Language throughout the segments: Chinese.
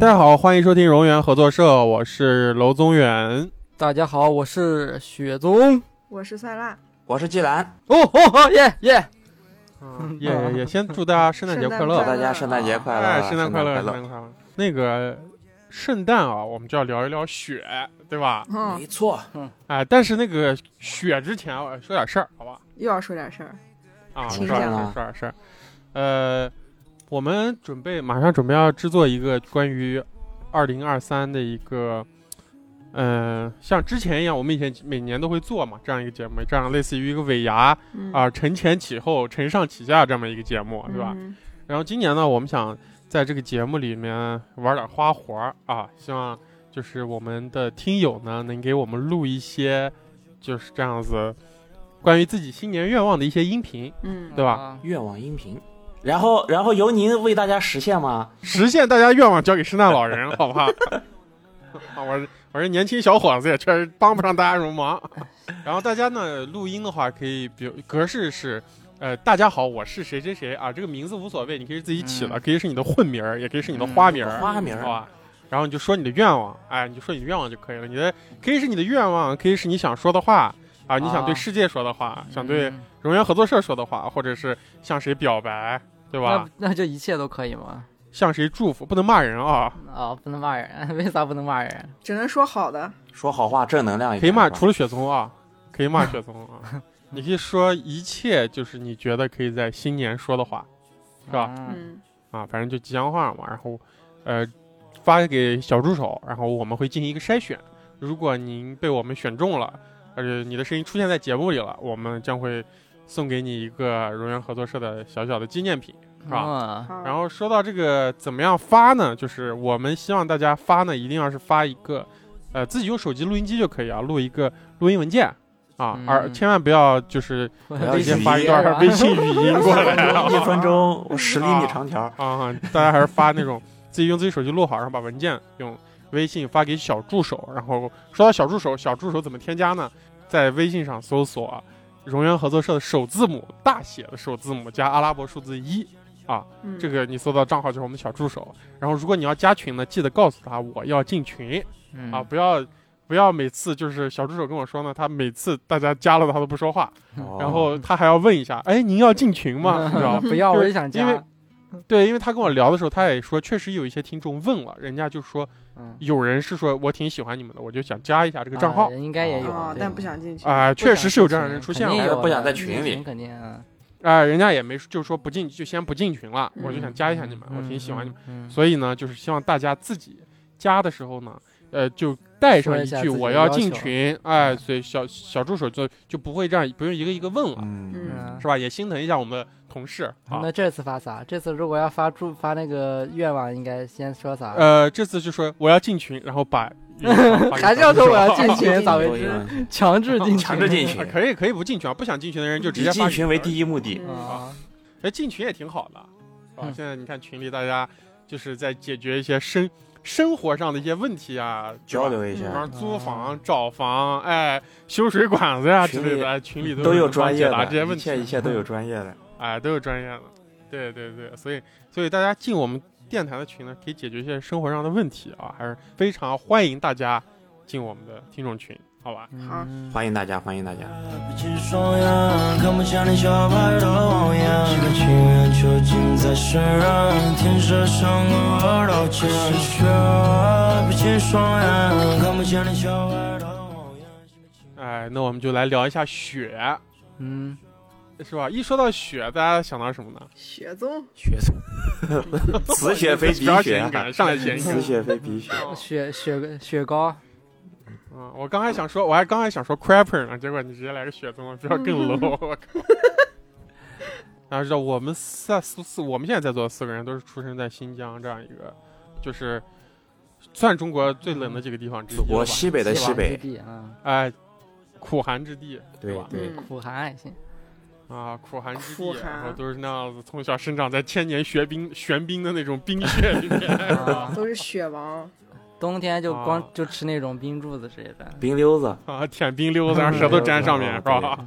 家好，欢迎收听荣源合作社，我是娄宗远。大家好，我是雪宗。我是塞辣，我是季兰，哦哦耶耶！也也也先祝大家圣诞节快乐祝圣大诞，家圣诞节快乐，哦哎，圣诞快乐，圣诞快乐。那个圣诞啊，我们就要聊一聊雪，对吧？嗯，没错，哎，但是那个雪之前我说点事儿，好吧？又要说点事儿，啊，说请点事讲儿，说点事儿。呃，我们准备马上准备要制作一个关于二零二三的一个，呃，像之前一样，我们以前每年都会做嘛，这样一个节目，这样类似于一个尾牙啊、嗯，承前启后、承上启下这么一个节目，对吧？嗯？然后今年呢，我们想在这个节目里面玩点花活儿啊，希望就是我们的听友呢能给我们录一些就是这样子关于自己新年愿望的一些音频，嗯，对吧？啊？愿望音频。然后，然后由您为大家实现吗？实现大家愿望，交给圣诞老人，好不 好？啊，我是我是年轻小伙子，也确实帮不上大家什么忙。然后大家呢，录音的话可以，比如格式是，呃，大家好，我是谁谁谁啊，这个名字无所谓，你可以自己起了，可以是你的混名儿，也可以是你的花名儿，花名儿好吧？然后你就说你的愿望，哎，你就说你的愿望就可以了。你的可以是你的愿望，可以是你想说的话啊，你想对啊世界说的话，想对嗯荣源合作社说的话，或者是向谁表白，对吧那？那就一切都可以吗？向谁祝福，不能骂人啊。啊，不能骂人， 为啥不能骂人？只能说好的，说好话，正能量一点。可以骂，是吧除了雪松啊，可以 骂雪松啊。你可以说一切就是你觉得可以在新年说的话是吧啊？嗯，啊，反正就吉祥话嘛。然后，呃，发给小助手，然后我们会进行一个筛选。如果您被我们选中了，呃，你的声音出现在节目里了，我们将会送给你一个荣源合作社的小小的纪念品。是吧吧？好然后说到这个怎么样发呢？就是我们希望大家发呢，一定要是发一个，呃，自己用手机录音机就可以啊，录一个录音文件啊，嗯而千万不要就是我要直微接信语发一音段微信语音过来啊一分钟我十厘米长条，啊，大家还是发那种自己用自己手机录好，然后把文件用微信发给小助手。然后说到小助手，小助手怎么添加呢？在微信上搜索“荣源合作社”的首字母大写的首字母加阿拉伯数字一。嗯这个你搜到账号就是我们小助手。然后如果你要加群呢，记得告诉他我要进群嗯啊，不要不要每次就是小助手跟我说呢，他每次大家加了他都不说话，嗯哦然后他还要问一下，哎，您要进群吗？你知 道吗？嗯不要，就我是也想加。因为对，因为他跟我聊的时候，他也说确实有一些听众问了，人家就说嗯，有人是说我挺喜欢你们的，我就想加一下这个账号啊应该也有哦，对但不想进去啊、不想确实是有这样的人出现肯定了有啊的不想在群里肯定啊。、人家也没就说不进就先不进群了，我就想加一下你嗯们，我挺喜欢你们。们所以呢，就是希望大家自己加的时候呢，呃，就带上说一一下句自己的我要要求进群，哎，所以小小助手就就不会这样，不用一个一个问了，嗯，嗯是吧？也心疼一下我们的同事啊。那这次发啥？这次如果要发祝发那个愿望，应该先说啥？呃，这次就说我要进群，然后 把还是要说我要进群，咋有回一事？个强制进群，强制进群啊，可以可以不进群啊，不想进群的人就直以接发进群为一，第一目的，嗯啊！哎，进群也挺好的啊。嗯现在你看群里大家就是在解决一些生生活上的一些问题啊，对吧交流一比下方。租房、找房，哎，修水管子呀之群类里的，哎群里都人有帮专业解答这些的，问一题，切一切都有专业的。哎，都有专业的，对对对，所以所以大家进我们电台的群呢，可以解决一些生活上的问题啊，还是非常欢迎大家进我们的听众群，好吧？好嗯欢迎大家，欢迎大家。嗯不起双眼，看不见你小白的谎言。几个情缘囚禁在身染，天色上过耳朵尖。是血，不起双眼，看不见你小白的谎言。哎，那我们就来聊一下雪，嗯，是吧？一说到雪，大家想到什么呢？雪宗，血，此血非彼不要血嫌啊，感，上来嫌一 此血非彼血。 雪雪雪糕，嗯，我刚还想说，我还刚还想说 crapper 呢，结果你直接来个雪宗，比较嗯更 low，我靠！大家知道，我们四四四，我们现在在座的四个人都是出生在新疆这样一个，就是算中国最冷的几个地方之一了吧。我西北的西北之北，地啊，哎，苦寒之地，对吧？对，嗯，苦寒也 行。啊，苦寒之地苦，寒然后都是那样子，从小生长在千年玄冰玄冰的那种冰雪里 面，是吧？都是雪王，冬天就光、啊就吃那种冰柱子之类的，冰溜子，啊，舔冰溜子，让舌头粘上嗯面，是吧？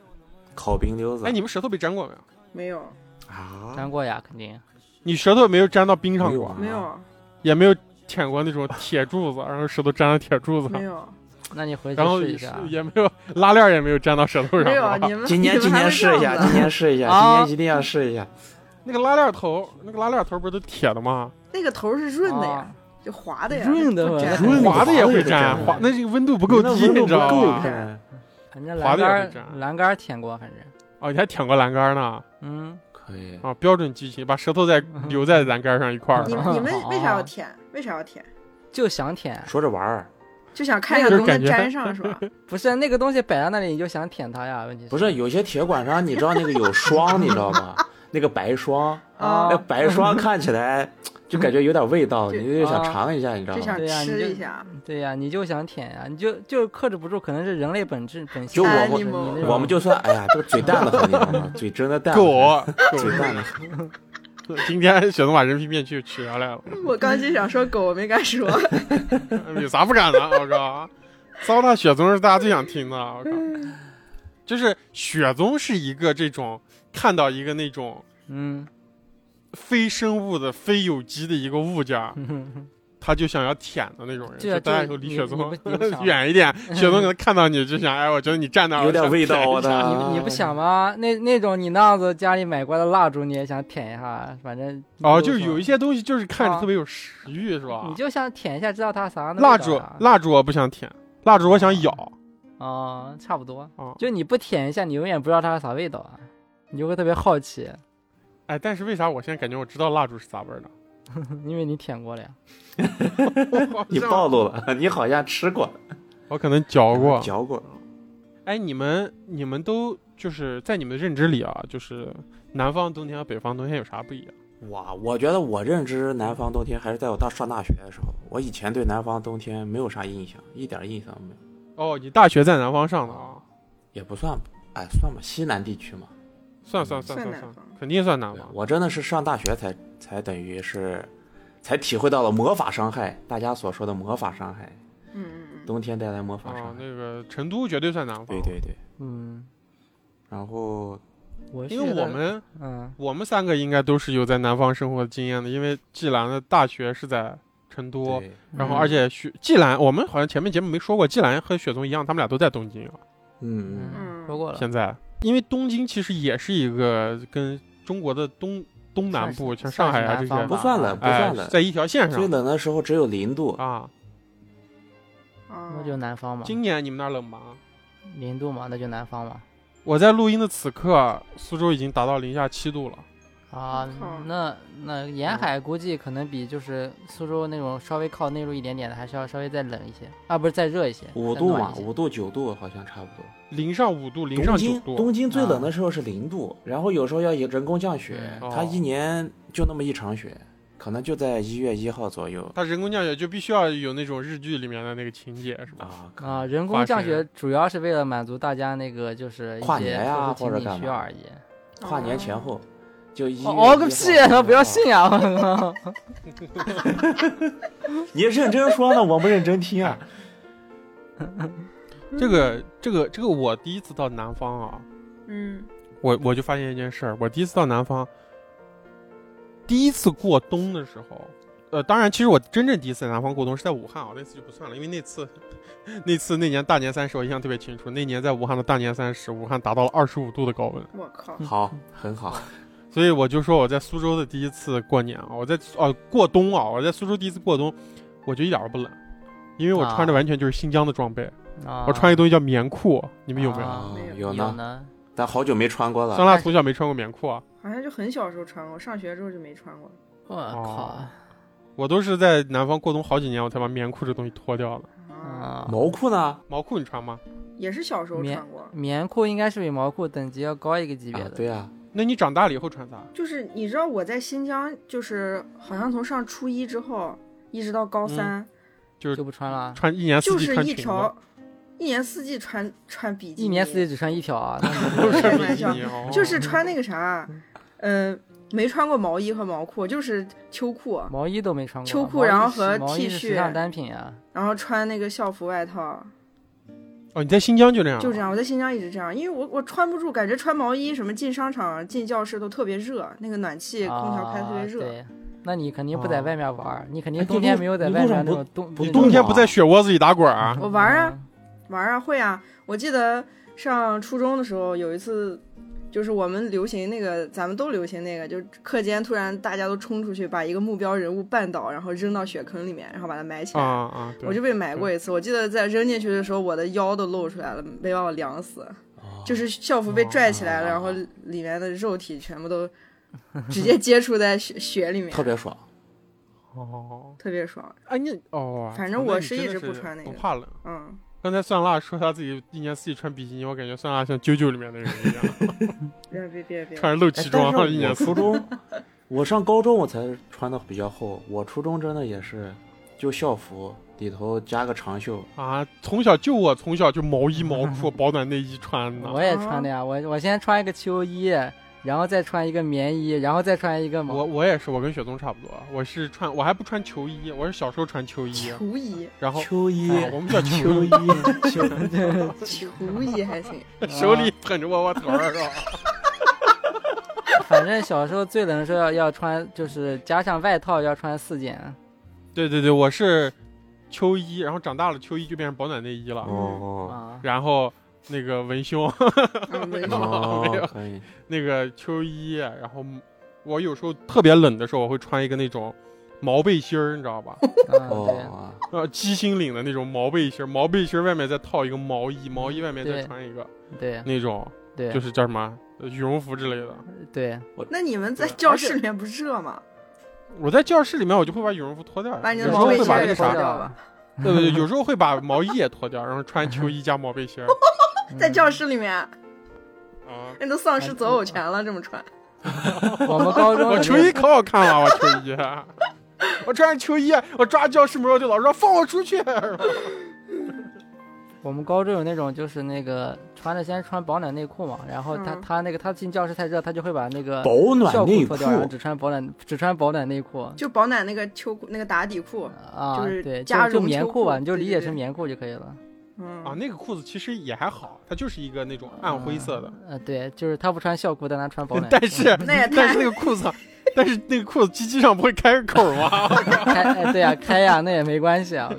烤冰溜子。哎，你们舌头被粘过没有？没有，啊，粘过呀，肯定。你舌头有没有粘到冰上过，啊没有，也没有舔过那种铁柱子，然后舌头粘到铁柱子没上，有那你回去 然后试一也下。也没有 拉链也没有粘到舌头上，没有，啊是啊吧你 们今年你今们还年会试一这下，样哦子 今年试一下，今啊年一定要试一下。那个拉链头，那个拉链头不是都铁的吗？那个头是润的呀啊，就滑的呀，润的不吧 粘润的滑的也会粘啊粘，滑那这个温度不够那低，温度你知道不够吧？看反正滑栏的也会杆这儿样栏杆儿舔过，反正哦，你还舔过栏杆呢？嗯，可以。啊，标准剧情，把舌头再留在栏杆上一块儿 你了，你们为啥要舔？为啥要舔？就想舔，说着玩儿，就想看一下就是能不能感觉粘上是吧？不是那个东西摆在那里，你就想舔它呀？问题不是有些铁管上，你知道那个有霜，你知道吗？那个白霜，啊哦那，白霜看起来就感觉有点 味道，你就想尝一下，你知道哦就吗对想？呀你就吃一下。对呀、你就想舔呀、你就就克制不住，可能是人类本质本性。就我就是们你那种我们就算，哎呀，这个嘴淡的很，你知道吗？嘴真的淡，狗嘴淡的很。狗。今天雪总把人皮面具取下来了，我刚就想说狗，我没敢说。有啥不敢的？啊我靠，糟蹋雪宗是大家最想听的。啊我 靠，就是雪宗是一个这种看到一个那种 嗯，非生物的、非有机的一个物件儿，他就想要舔的那种人。嗯对啊就大家以就后离你雪你宗不你不 想远一 点，雪宗可能看到你就想，哎，我觉得你站那儿有点味道啊我我想舔一下的你你不想吗？那那种你那样子家里买过的蜡烛，你也想舔一下，反正哦，就是你有一些东西就是看着啊特别有食欲，是吧你？就想舔一下，知道它啥样的蜡味烛道啊，蜡烛我不想舔，蜡烛我啊想咬。哦，差不多哦，就你不舔一下，你永远不知道它是啥味道啊，你就会特别好奇，哎，但是为啥我现在感觉我知道蜡烛是啥味儿的？因为你舔过了呀。 我好你像暴露了，你好像吃过，我可能嚼过。嗯嚼过。哎，你们你们都就是在你们的认知里啊，就是南方冬天和北方冬天有啥不一样？哇，我觉得我认知南方冬天还是在我大上大学的时候，我以前对南方冬天没有啥印象，一点印象都没有，哦，你大学在南方上的啊？也不算，哎，算吧，西南地区嘛。算算算算算南算方，肯定算啊南方。我真的是上大学才才等于是，才体会到了魔法伤害，大家所说的魔法伤害，嗯嗯嗯，冬天带来魔法啊哦伤，害。那个成都绝对算南方。对，对对，嗯，然后我是因为觉得我们嗯我们三个应该都是有在南方生活的经验的，因为季兰的大学是在成都，对然后嗯而且雪季兰，我们好像前面节目没说过，季兰和雪松一样，他们俩都在东京啊。嗯嗯，嗯嗯说过了，现在，因为东京其实也是一个跟中国的东东南部，算是像上海啊这算是南方些，不算冷，不算哎冷，，在一条啊线最上冷的时候只有零度，啊。啊那就南方嘛，今年你们那儿冷吗？零度嘛，那就南方嘛。我在录音的此刻，苏州已经达到零下七度了。啊我靠，那那嗯沿海估计可能比就是苏州那种稍微靠内陆一点点的，还是要稍微再冷一些啊，不是再热一些，五再度暖嘛一，些五度九度好像差不多。零上五度，零东上九京度，东京最冷的时候是零度，然后有时候要人工降雪，嗯它哦一年就那么一场雪，可能就在一月一号左右它人工降雪就必须要有那种日剧里面的那个情节，是吧？啊。可啊，人工化降学雪主要是为了满足大家那个就是一跨些年特呀殊或者情干景需要嘛而已。跨哦年前后就一月哦哦个1屁号！不要信！啊！我靠你认真说呢，我不认真听啊。这个这个这个，我第一次到南方啊，嗯我我就发现一件事儿，我第一次到南方，第一次过冬的时候，呃，当然，其实我真正第一次在南方过冬是在武汉啊，那次就不算了，因为那次 那次那年大年三十我印象特别清楚，那年在武汉的大年三十，武汉达到了二十五度的高温，我靠，好，很好。所以我就说我在苏州的第一次过年啊，我在哦、过冬啊，我在苏州第一次过冬，我就一点儿都不冷，因为我啊穿的完全就是新疆的装备，哦啊！我穿一个东西叫棉裤，你们有没有？啊没有有有呢，呢，但好久没穿过酸了。辣从小没穿过棉裤啊。好像就很小时候穿过，上学之后就没穿过了。我哦靠我都是在南方过冬好几年，我才把棉裤这东西脱掉了。啊，啊！毛裤呢？毛裤你穿吗？也是小时候棉穿过，棉裤应该是比毛裤等级要高一个级别啊的，，对啊，那你长大了以后穿啥？就是你知道我在新疆，就是好像从上初一之后一直到高嗯三，就是就不穿了。啊穿一年四就季是穿一裙子，条，一年四季穿穿比基尼，一年四季只穿一条啊， 不是开比玩基笑尼哦。就是穿那个啥，呃，没穿过毛衣和毛裤，就是秋裤，毛衣都没穿过。秋裤毛衣然后是和毛 T 衣是时恤尚单品啊。然后穿那个校服外套，哦，你在新疆就这样，就这。样。我在新疆一直这样，因为我我穿不住，感觉穿毛衣什么进商场、进教室都特别热，那个暖气空调开特别啊热，对那你肯定不在外面玩儿，你肯定哎冬天路没有在你外路面上那不种冬不那动冬种啊天不在雪窝子里打滚啊？我玩啊，玩啊，会啊。我记得上初中的时候有一次，就是我们流行那个，咱们都流行那个，就是课间突然大家都冲出去，把一个目标人物绊倒，然后扔到雪坑里面，然后把它埋起啊来。啊！对我就被埋过一次，我记得在扔进去的时候，我的腰都露出来了，没把我凉死，哦就是校服被拽起来了，然后里面的肉体全部都直接接触在雪雪里面，特别爽。哦，特别爽。哎你哦，反正那我你是真一的直不穿那不个怕冷。嗯，刚才蒜辣说他自己一年四季穿比基尼，我感觉蒜辣像啾啾里面的人一样，别别别别，穿着露哎脐但装，一是年我四初中，我上高中我才穿的比较厚，我初中真的也是，就校服里头加个长袖，啊！从小就我从小就毛衣毛 裤保暖内衣穿的。嗯我也穿的呀，我我先穿一个秋衣，然后再穿一个棉衣，然后再穿一个毛我我也是，我跟雪松差不多，我是穿我还不穿球衣，我是小时候穿球衣，球衣，然后秋衣啊我们 叫球秋 衣，衣，秋球衣还行。手里捧着窝窝头儿是吧？ 反正小时候最冷的时候要要穿，就是加上外套要穿四件。啊对对对，我是秋衣，然后长大了秋衣就变成保暖内衣了， 哦啊，然后那个文胸，嗯，没没错。哦有哦，可以，那个秋衣，然后我有时候特别冷的时候，我会穿一个那种毛背心儿，你知道 吧？嗯， 哦，呃，鸡心领的那种毛背心儿，毛背心儿外面再套一个毛衣，毛衣外面再对穿一个对那种，对就对是叫什么呃羽绒服之类的。对，那你们在对教室里面不热吗？我在教室里面，我就会把羽绒服脱掉，把你嗯有的时毛候背会心把儿那也个脱啥，掉吧。对对对，有时候会把毛衣也脱掉，然后穿秋衣加毛背 心儿。嗯在教室里面，啊，人都丧失择偶权了，这么穿。 我们高中我里秋衣可好看了，我秋 衣，我穿上秋衣，我抓教室门，我对老师说放我出去。我们高中有那种就是那个穿着先穿保暖内裤嘛，然后他、嗯他那个他进教室太热，他就会把那个保校暖裤内脱裤，掉，然后只穿保暖只穿保暖内裤。就保暖那个秋裤，那个打底裤，啊，就是对，加就就绒棉秋裤吧，裤你就对理对解对成棉裤就可以了。啊，嗯，那个裤子其实也还好，它就是一个那种暗灰色的，。呃，对，就是他不穿校裤，但他穿保 暖嗯 但是 那也但太是那个裤子，但是那个裤子机器上不会开个口吗？ 开，哎对呀、开呀、那也没关系啊，我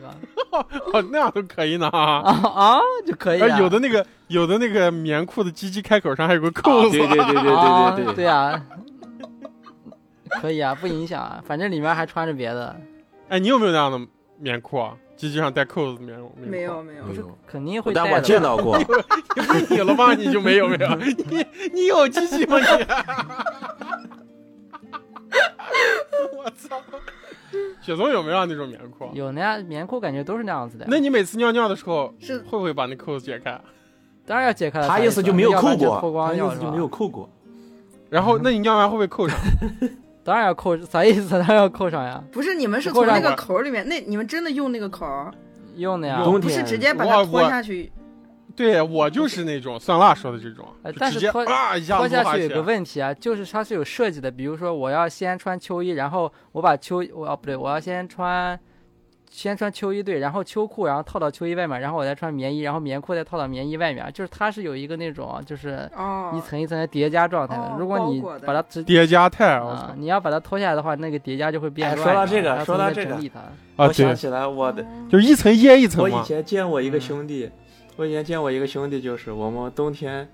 靠，哦，那样都可以呢啊。啊啊就可以、啊。而呃有的那个有的那个棉裤的机器开口上还有个扣对子， 对对对啊对对对啊，可以啊，不影响啊，反正里面还穿着别的，哎，你有没有那样的棉裤啊？机器上带扣子的棉棉裤？没有没有没，有肯定会带的但哎我吧。见到过，你不是你了吗？你就没有没 有？你你有机器吗？你？ 我操！雪松有没有那种棉裤？啊有那样棉裤，感觉都是那样子的。那你每次尿尿的时候是会不会把那扣子解开？当然要解开了。他意思就没有要不扣然就过脱，他光意尿思是就吧没有扣过。 然后，那你尿完会不会扣上？当然要扣，啥意思？当然要扣上呀，不是你们是扣从上那个我口儿里面，那你们真的用那个口儿，用的呀。冬不是天直接把它我脱我下去，对我就是那种酸辣说的这种，呃就但直是接脱啊一下脱子下滑去有起个问题啊，就是它是有设计的，比如说我要先穿秋衣，然后我把秋我啊不对，我要先穿先穿秋衣对，然后秋裤，然后套到秋衣外面，然后我再穿棉衣，然后棉裤再套到棉衣外面，啊就是它是有一个那种啊就是哦，一层一层的叠加状态的。哦如果包你裹的把它直叠加态，我啊操，你要把它脱下来的话，那个叠加就会变哎乱的。说到这个还要说重到新这整个理它。啊我想对，起来嗯我的，就是一层掖一我层嗯以嘛。前见我一个兄弟，我以前见我一个兄弟，就是我们冬天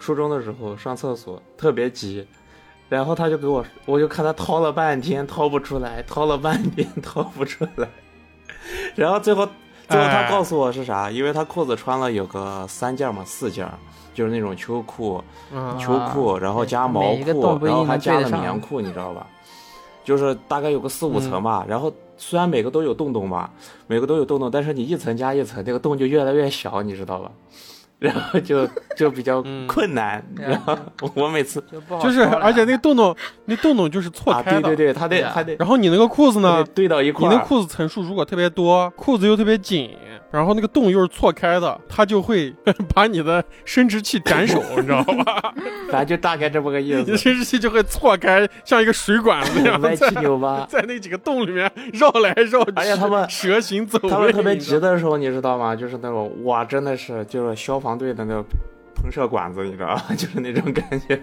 初中的时候上厕所特别急，然后他就给我，我就看他掏了半天掏不出来，掏了半天 掏不出来，然后最后最后他哎告诉我是啥，因为他裤子穿了有个三件嘛四件，就是那种秋裤、嗯，秋啊裤，然后加毛每一个洞裤，不一然后定还能加对了得上啊棉裤，你知道吧？就是大概有个四五嗯层吧。然后虽然每个都有洞洞吧，每个都有洞洞，但是你一层加一层，那个洞就越来越小，你知道吧？ 然后就就比较嗯困难。对啊然后我 每次就不好就是，说了而且那个洞洞，那洞洞就是错啊，开对的。对对，他得对啊他得然后你那个裤子他得呢，堆到一你块那儿。裤子层数如果特别多，裤子又特别紧，然后那个洞又是错开的，它就会 把你的生殖器斩首，你知道吧？反正就大概这么个意 你的思。生殖器就会错开，像一个水管子一样歪在七扭 八。在那几个洞里面绕来绕去，而且他们蛇行走位，他们特别你知急道吗的时候，你知道吗？就是那种哇，真的是就是消防队 的那种喷射管子，你知道吧？就是那种感觉。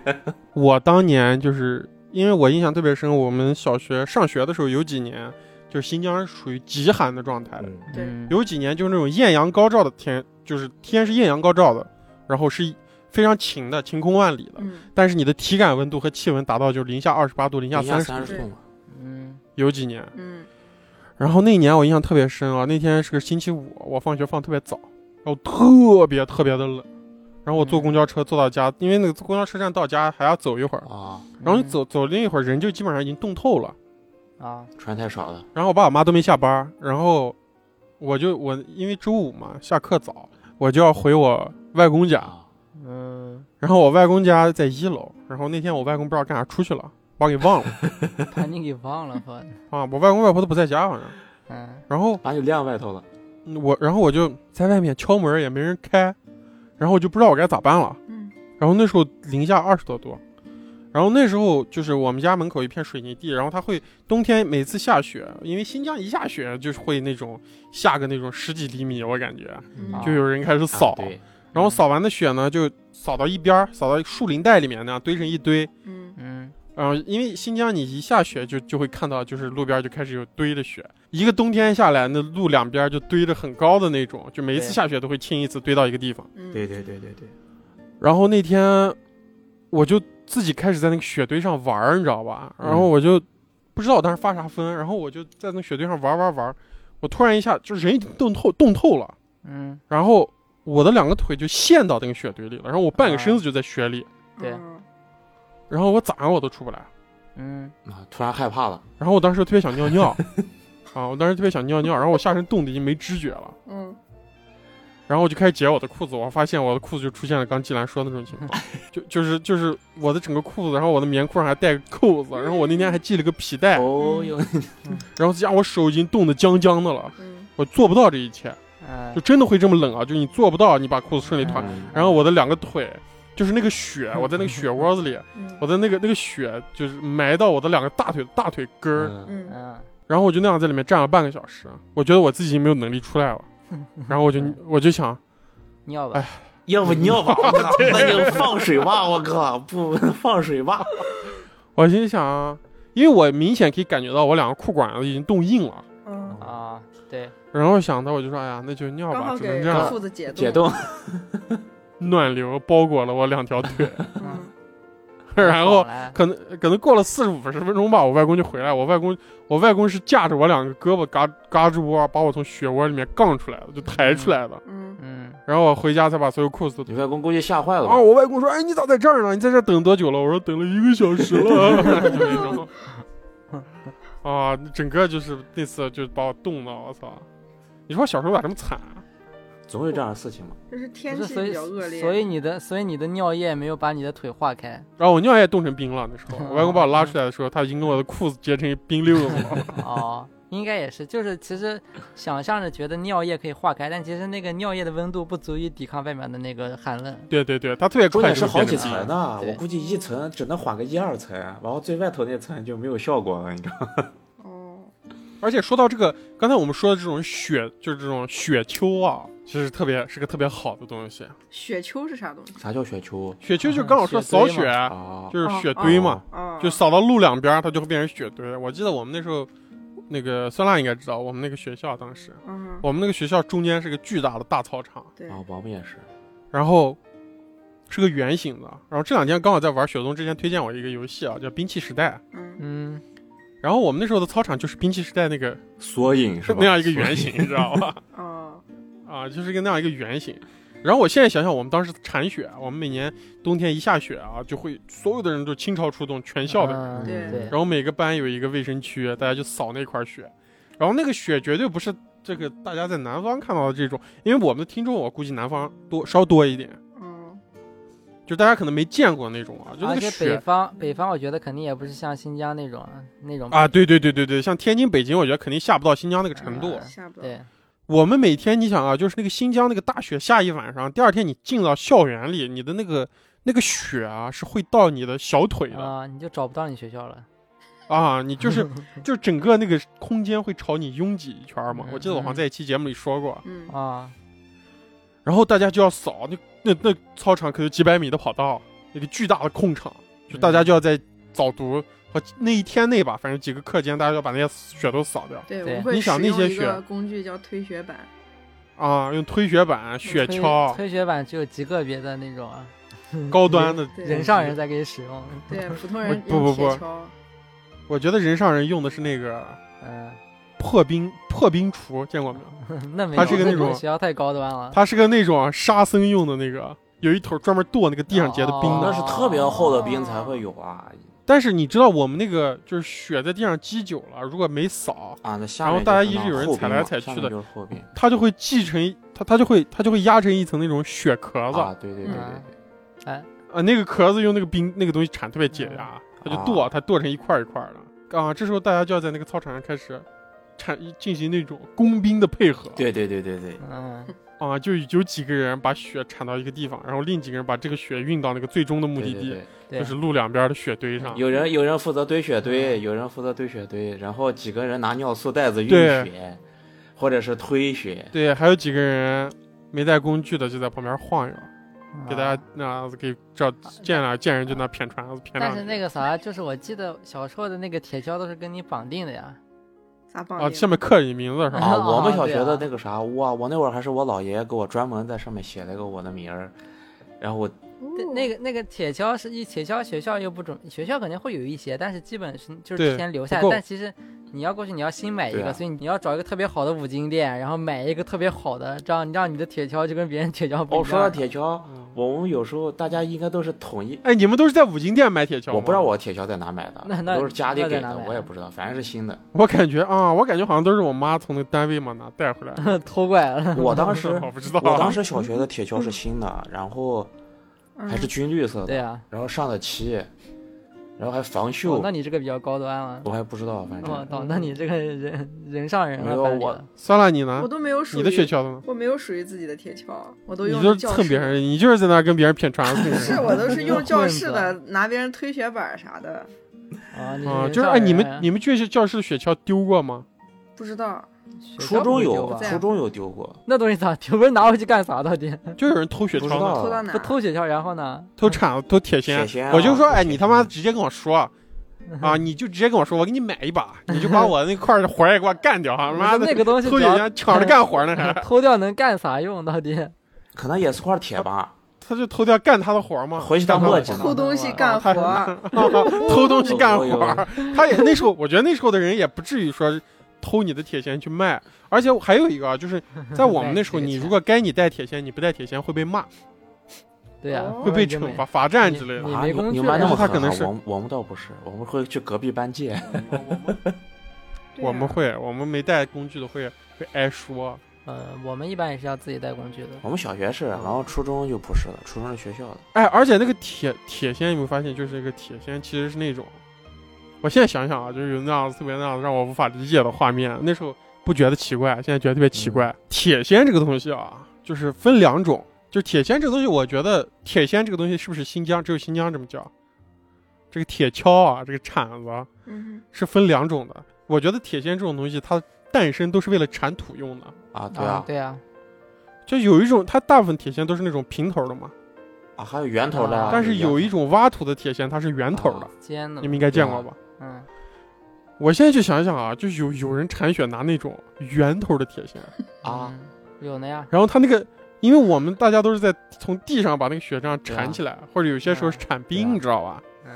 我当年就是因为我印象特别深，我们小学上学的时候有几年，就是新疆是属于极寒的状态，嗯对嗯有几年就是那种艳阳高照的天，就是天是艳阳高照的，然后是非常晴的，晴空万里的，嗯，但是你的体感温度和气温达到就是零下二十八度、零下零下三十，三十十度度嘛，嗯有几年。嗯然后那一年我印象特别深啊，那天是个星期五，我放学放特别早，然后特别特别的冷，然后我坐公交车坐到家，因为那个公交车站到家还要走一会儿，啊，然嗯后你走走了一会儿，人就基本上已经冻透了。啊，穿太少了，然后我爸我妈都没下班儿，然后我就我因为周五嘛，下课早，我就要回我外公家。啊，嗯，然后我外公家在一楼，然后那天我外公不知道干啥出去了，把我给忘了把你给忘了，我，啊！我外公外婆都不在家好像。嗯然后把你晾外头了，嗯我然后我就在外面敲门也没人开，然后我就不知道我该咋办了。嗯然后那时候零下二十多度，然后那时候就是我们家门口一片水泥地，然后它会冬天每次下雪，因为新疆一下雪就是会那种下个那种十几厘米，我感觉嗯啊嗯就有人开始啊扫，对，然后扫完的雪呢就扫到一边儿，扫到树林带里面那样堆成一堆。嗯嗯然后因为新疆你一下雪就就会看到，就是路边就开始有堆的雪，一个冬天下来，那路两边就堆着很高的那种，就每一次对下雪都会清一次堆到一个地方。嗯，对对对对对，然后那天我就自己开始在那个雪堆上玩儿，你知道吧？然后我就不知道我当时发啥疯，然后我就在那雪堆上玩儿玩儿玩儿，我突然一下就人已经冻透冻透了，嗯，然后我的两个腿就陷到那个雪堆里了，然后我半个身子就在雪里，对嗯然后我咋样我都出不来，嗯啊，突然害怕了，然后我当时特别想尿尿，啊，我当时特别想尿尿，然后我下身冻得已经没知觉了。嗯然后我就开始解我的裤子，我发现我的裤子就出现了刚季兰说的那种情况，就就是就是我的整个裤子，然后我的棉裤上还带个扣子，然后我那天还系了个皮带，哦哟，然后加上我手已经冻得僵僵的了，嗯我做不到这一切，嗯就真的会这么冷啊！就你做不到，你把裤子顺利脱，嗯然后我的两个腿就是那个雪，我在那个雪窝子里，嗯我的那个那个雪就是埋到我的两个大腿大腿根儿，嗯嗯嗯然后我就那样在里面站了半个小时，啊我觉得我自己已经没有能力出 来了，然后我就我就想。尿吧，要不尿吧，我靠，那就放水吧，我靠，不 放水吧，我心想，啊因为我明显可以感觉到我两个裤管子已经冻硬了，哎嗯，啊，对，然后想到我就说，哎呀，那就尿刚吧，好只能给这 样。裤子解冻解冻，暖流包裹了我两条腿，嗯 然好后嘞可能可能过了四十五分钟吧，我外公就回来，我外公我外公是架着我两个胳膊嘎嘎吱窝，把我从雪窝里面杠出来的，就抬出来的，嗯嗯然后我回家才把所有裤子都。你外公估计吓坏了然后，我外公说：“哎，你咋在这儿呢？你在这儿等多久了？”我说：“等了一个小时 了。”就那种。啊，整个就是那次就把我冻到，我操！你说我小时候咋这么惨啊？总有这样的事情嘛，就是天不是，气所比以较恶劣，所以你的所以你的尿液没有把你的腿 化开，然后我尿液冻成冰了，那时 候我外公把我拉出来的时候，他已经跟我的裤子结成一冰溜子了。哦，应该也是，就是其实想象着觉得尿液可以化开，但其实那个尿液的温度不足以抵抗外面的那个寒冷。对对对，他特别重快点就是好变几成冰层呢，对我估计一层只能缓个一二层，啊然后最外头那层就没有效果了，你知道吗？哦，而且说到这个，刚才我们说的这种雪，就是这种雪丘啊，其实特别是个特别好的东西。雪丘是啥东西？啥叫雪球雪丘就刚好说扫雪，啊？就是雪堆嘛。哦，就扫到路两边儿，它就会变成雪堆。我记得我们那时候，那个酸辣应该知道，我们那个学校当时，嗯，我们那个学校中间是个巨大的大操场，对，啊，我们也是，然后是个圆形的。然后这两天刚好在玩雪松之前推荐我一个游戏啊，叫《兵器时代》。嗯嗯，然后我们那时候的操场就是《兵器时代》那个缩影是吧？那样一个圆 形，你知道吧？哦，啊，就是一个那样一个圆形。然后我现在想想，我们当时铲雪，啊我们每年冬天一下雪啊，就会所有的人都倾巢出动，全校的人。嗯对对，然后每个班有一个卫生区，大家就扫那块雪，然后那个雪绝对不是这个大家在南方看到的这种，因为我们的听众我估计南方多稍多一点，嗯就大家可能没见过那种啊，就那而个且北雪方北方我觉得肯定也不是像新疆那种那种啊，对对对对对，像天津、北京，我觉得肯定下不到新疆那个程度。啊下不了，对，我们每天你想啊，就是那个新疆那个大雪下一晚上，第二天你进到校园里，你的那个那个雪啊是会到你的小腿的啊，你就找不到你学校了。啊，你就是 就整个那个空间会朝你拥挤一圈嘛。我记得我好像嗯在一期节目里说过。嗯啊，然后大家就要扫那那嗯那操场，可有几百米的跑道，那个巨大的空场，就大家就要在早读和那一天内吧，反正几个课间，大家要把那些雪都扫掉对，我对们会你使想那用些一个雪工具叫推雪板，啊，用推雪板、雪推橇，啊推雪板只有极个别的那种啊，高端的。对人上人才可以使用。对普通人不用不铁不锹，我觉得人上人用的是那个嗯，破冰破冰锄，见过没有？那没有，它是一个那种学校太高端了。它是个那种啊沙僧用的那个，有一头专门剁那个地上结的冰的。哦那是特别厚的冰才会有啊但是你知道我们那个就是雪在地上积久了，如果没扫，啊！那下然后面大家就一是直有人厚踩冰来嘛踩下去面的就是厚冰它就会积成一它它就会它就会压成一层那种雪壳子啊！对对对对嗯对。啊，那个壳子用那个冰那个东西铲特别解嗯压，它就剁，啊它剁成一块儿一块儿的啊。这时候大家就要在那个操场上开始铲进行那种工兵的配合，对对对对对，嗯，啊，就有几个人把雪铲到一个地方，然后另几个人把这个雪运到那个最终的目的对地，啊对对，对，就是路两边的雪堆上。有人有人负责堆雪嗯堆，有人负责堆雪堆，然后几个人拿尿素袋子运对雪，或者是 推雪。对，还有几个人没带工具的就在旁边晃悠，给大家啊。那样子给找见了见人就那谝传子谝但是两句那个啥，就是我记得小时候的那个铁锹都是跟你绑定的呀。咋绑啊，定上面刻你名字是吧？啊，啊我们小对学的啊那个啥，我我那会儿还是我姥爷给我专门在上面写了个我的名儿，然后我对哦那个那个铁锹是一铁锹，学校又不准，学校肯定会有一些，但是基本是就是对提前留下不够来。但其实你要过去，你要新买一对个，啊所以你要找一个特别好的五金店，然后买一个特别好的，这样让你的铁锹就跟别人铁锹不哦，一说到样。铁锹，嗯我们有时候大家应该都是统一，哎，你们都是在五金店买铁锹吗？我不知道我铁锹在哪买的，那那都是家里那在给哪的买，啊我也的不知道，反正是 新的。 我感觉啊，我感觉好像都是我妈从那单位嘛拿带 回来的。 偷过来了，我当时我不知道， 我当时小学的啊铁锹是新的，然后嗯还是军绿色嗯对的，啊，然后上的漆，然后还防哦锈那，你哦这个比较高端了。我还不知道，反我正操，那你这个人人上人没了，有班里我了算了，你嗯呢我？都没有属于你的雪橇呢？我没有属于自己的铁锹，我都你用就是教蹭室别的人，你就是在那儿跟别人谝传 子。是我都是用教 混室子的，拿别人推雪板儿啥的，啊！你啊，人就是上哎，你们人你们去教室的雪橇丢过 吗？不知道学校初不中会丢有吧在初中有丢过，那东西咋丢？不是拿回去干啥？到底就有人哦偷雪不橇知呢，偷到道哪不儿？偷雪橇，然后呢？嗯偷铲子，偷铁铁锨。锨啊，我就说，哎，铁你他妈锨直接跟我说。 啊！你就直接跟我说，我给你买一把，你就把我那块儿活儿也给我干 掉哈！我妈说的，那个东西偷只雪要橇抢着干活呢，还偷掉能干啥用？到底可能也是块铁吧，他就偷掉干他的活儿嘛，回去当墨迹偷呢。东西哦干活太儿， 偷东西干活哦儿。他也那时候，我觉得那时候的人也不至于说偷你的铁锨去卖。而且还有一个啊，就是在我们那时候，卖铁锨你如果该你带铁锨，你不带铁锨会被骂，对呀、哦会被惩惩罚、罚站之类你的。啊，哦没你工你具们班那了 么他狠可能啊是我们我们倒不是，我们会去隔壁班借。对我们啊会，我们没带工具的会会挨说。呃，我们一般也是要自己带工具的。我们小学是，哦然后初中就不是了，初中是学校的。哎，而且那个铁铁锨，有没有发现，就是那个铁锨其实是那种，我现在想想啊，就是有那样特别那样让我无法理解的画面。那时候不觉得奇怪，现在觉得特别奇怪。铁锨这个东西啊，就是分两种，就是铁锨这个东西，我觉得铁锨这个东西是不是新疆只有新疆这么叫？这个铁锹啊，这个铲子嗯是分两种的。我觉得铁锨这种东西，它诞生都是为了铲土用的。啊，对啊啊，，对呀、就有一种，它大部分铁锨都是那种平头的嘛，啊，还有圆头的呀啊，但是有一圆种挖土的铁锨，它是圆头的啊，尖的你嘛，们应该见过吧？嗯，我现在去想一想啊，就有有人铲雪拿那种圆头的铁锨，头啊，嗯，有的呀。然后他那个，因为我们大家都是在从地上把那个雪这样对铲啊起来，或者有些时候是铲冰，对啊你知道吧？嗯，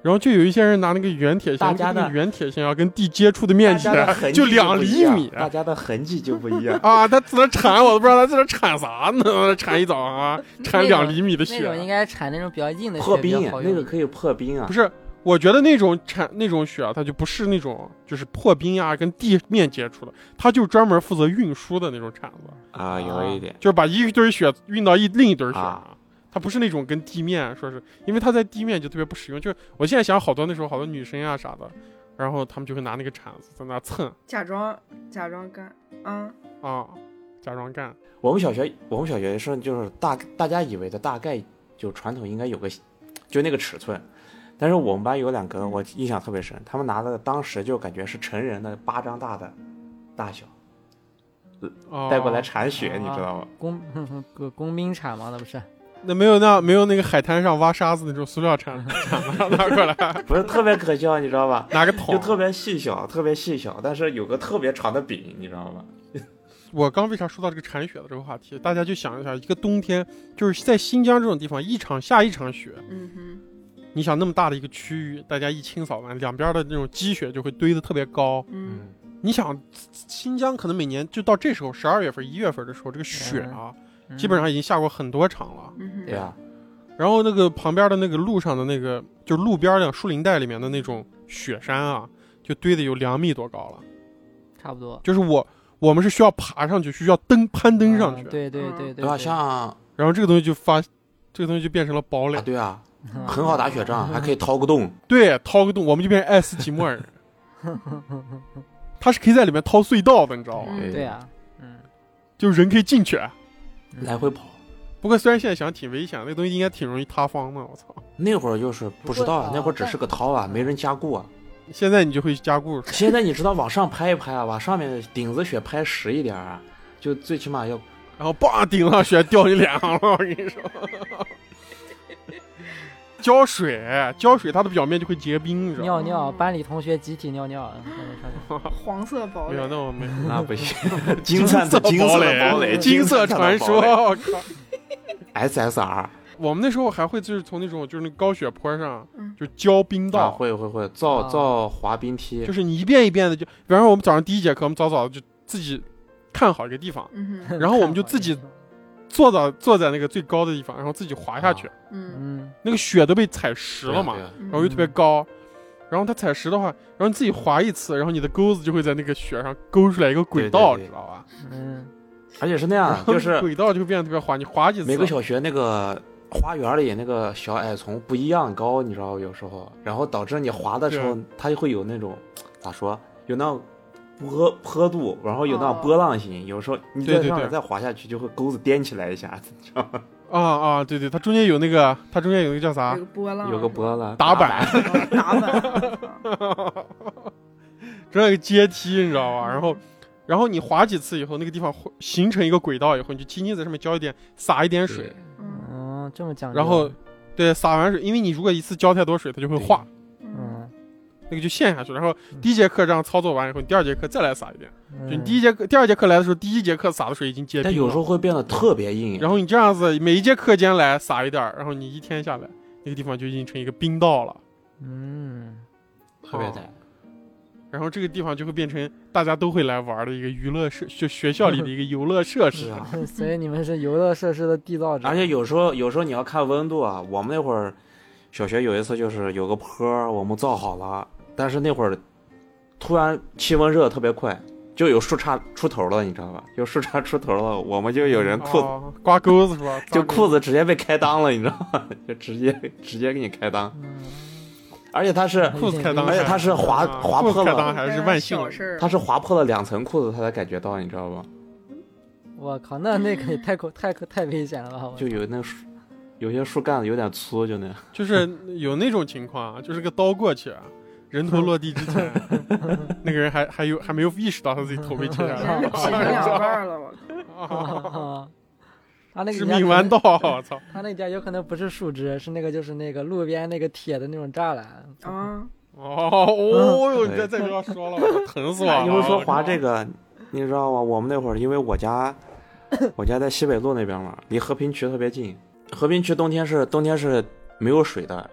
然后就有一些人拿那个圆铁大锨，家那的个圆铁锨要跟地接触的面积大家啊的痕迹就不两一厘样米大家的痕迹就不一样。 啊！他在那铲，我都不知道他在那铲啥呢， 在那铲一早上啊，铲那种两厘米的那种应雪，该铲 那种比较硬的破雪比冰啊较好那用。个可以破冰啊不，是。我觉得那种铲那种雪啊，它就不是那种就是破冰呀、跟地面接触的，它就专门负责运输的那种铲子。啊，有一点就是把一堆雪运到一另一堆雪啊。它不是那种跟地面说是，因为它在地面就特别不实用。就是我现在想，好多那时候好多女生啊啥的，然后她们就会拿那个铲子在那蹭假装假装干啊，啊，假装干。我们小学，我们小学生就是大大家以为的大概就传统应该有个就那个尺寸，但是我们班有两个我印象特别深，他们拿的当时就感觉是成人的巴掌大的大小啊、哦带过来铲雪，啊你知道吗？ 工工工兵铲嘛，那不是？那没有那没有那个海滩上挖沙子那种塑料铲子，铲子拿过来，不是特别可笑，你知道 吧？拿个就桶。特别细小，特别细小，但是有个特别长的柄，你知道吗？我刚为啥说到这个铲雪的这个话题？大家就想一下，一个冬天就是在新疆这种地方，一场下一场雪，嗯哼，你想那么大的一个区域，大家一清扫完，两边的那种积雪就会堆得特别高。嗯，你想，新疆可能每年就到这时候，十二月份、一月份的时候，这个雪嗯啊，基本上已经下过很多场了。嗯对啊哼，呀、然后那个旁边的那个路上的那个，就是路边的树林带里面的那种雪山啊，就堆得有两米多高了。差不多就是我我们是需要爬上去，需要登攀登上去嗯。对对嗯对对吧？像啊，然后这个东西就发，这个东西就变成了堡 垒，对啊，嗯很好打雪仗，还可以掏个洞。对，掏个洞，我们就变成爱斯提 莫人。他是可以在里面掏隧道的，你知道吗？ 对啊，嗯，就是人可以进去。嗯来回跑。不过虽然现在想挺危险，那个东西应该挺容易塌方的。我操！那会儿就是不知道啊不，会啊那会儿只是个掏啊，没人加固啊。现在你就会加固，现在你知道往上拍一拍啊，往上面的顶子雪拍实一点啊，就最起码要 然后叭顶上雪掉你脸上了，我跟你 说。浇水，浇水它的表面就会结冰，你知道尿吗？尿，班里同学集体尿尿，嗯那个啥黄色堡没有，垒那，我没有。那不行， 金灿的金金色色的堡垒，金色传说。我靠！ SSR 我们那时候还会就是从那种就是那个高雪坡上嗯，就浇冰啊，道，会会会造啊造滑冰梯就，是你一遍一遍的就，比方说我们早上第一节课，我们早早的就自己看好一个地方，嗯 哼，然后我们就自己，坐到坐在那个最高的地方，然后自己滑下去，啊嗯 嗯，那个雪都被踩实对啊了嘛，对啊然后又特别高，然后它踩实的话，然后你自己滑一次，然后你的钩子就会在那个雪上勾出来一个轨道，对对对知道吧？嗯，而且是那样，就然后是 轨道就会变得特别滑，你滑几次， 每个小学那个花园里那个小矮丛不一样高，你知道有时候，然后导致你滑的时候，它就会有那种咋说，有那种坡坡度，然后有那种哦波浪形，有时候你啊对在对上面对再滑下去，就会钩子颠起来一下，子，你知道吗？啊啊，对对，它中间有那个，它中间有那个叫啥有个波浪，有个波浪打板，是吧打嗯板， 中间有个阶梯，你知道吧？然后。然后你滑几次以后，那个地方会形成一个轨道以后，你就轻轻在上面浇一点，洒一点水对，嗯嗯，这么讲究，然后对，洒完水，因为你如果一次浇太多水，它就会对嗯化，嗯嗯，那个就陷下去。然后第一节课这样操作完以后，你第二节课再来洒一点，嗯，就你第一节课、第二节课来的时候，第一节课洒的水已经结冰但了。有时候会变得特别硬，然后你这样子，每一节课间来撒一点儿，然后你一天下来，那个地方就已经成一个冰道了。啊嗯，特哦别窄。然后这个地方就会变成大家都会来玩的一个娱乐设，就学校里的一个游乐设施是啊， 所以你们是游乐设施的缔造者，而且有时候有时候你要看温度啊，我们那会儿小学有一次就是有个坡儿，我们造好了，但是那会儿突然气温热得特别快，就有树杈出头了，你知道吧？有树杈出头了，我们就有人裤子、哦刮钩子是吧？就扎裤钩子直接被开裆了，你知道吗？就直接直接给你开裆，嗯，而且它是裤子开裆还，而且它是嗯滑啊滑裤子破开了裆还是万幸小事儿，它是划破了两层裤子，他才感觉到，你知道吗？我靠，那那个也太恐太太危险了吧？我就有那树，有些树干子有点粗，就那样。就是有那种情况啊，就是个刀过去啊，人头落地之前，那个人还还有还没有意识到他自己头被切下现来在劈成两半嗯儿了，我 靠， 啊他 那个致家可命弯能道，我操！他那家有可能不是树枝，是那个就是那个路边那个铁的那种栅栏。 啊，哦哦嗯哟，你再再这样说了，我疼死我了！ 你们说我划靠这个，你知道吗？我们那会儿因为 我家，我家在西北路那边嘛，离和平区特别近。和平区冬天是冬天是没有水的，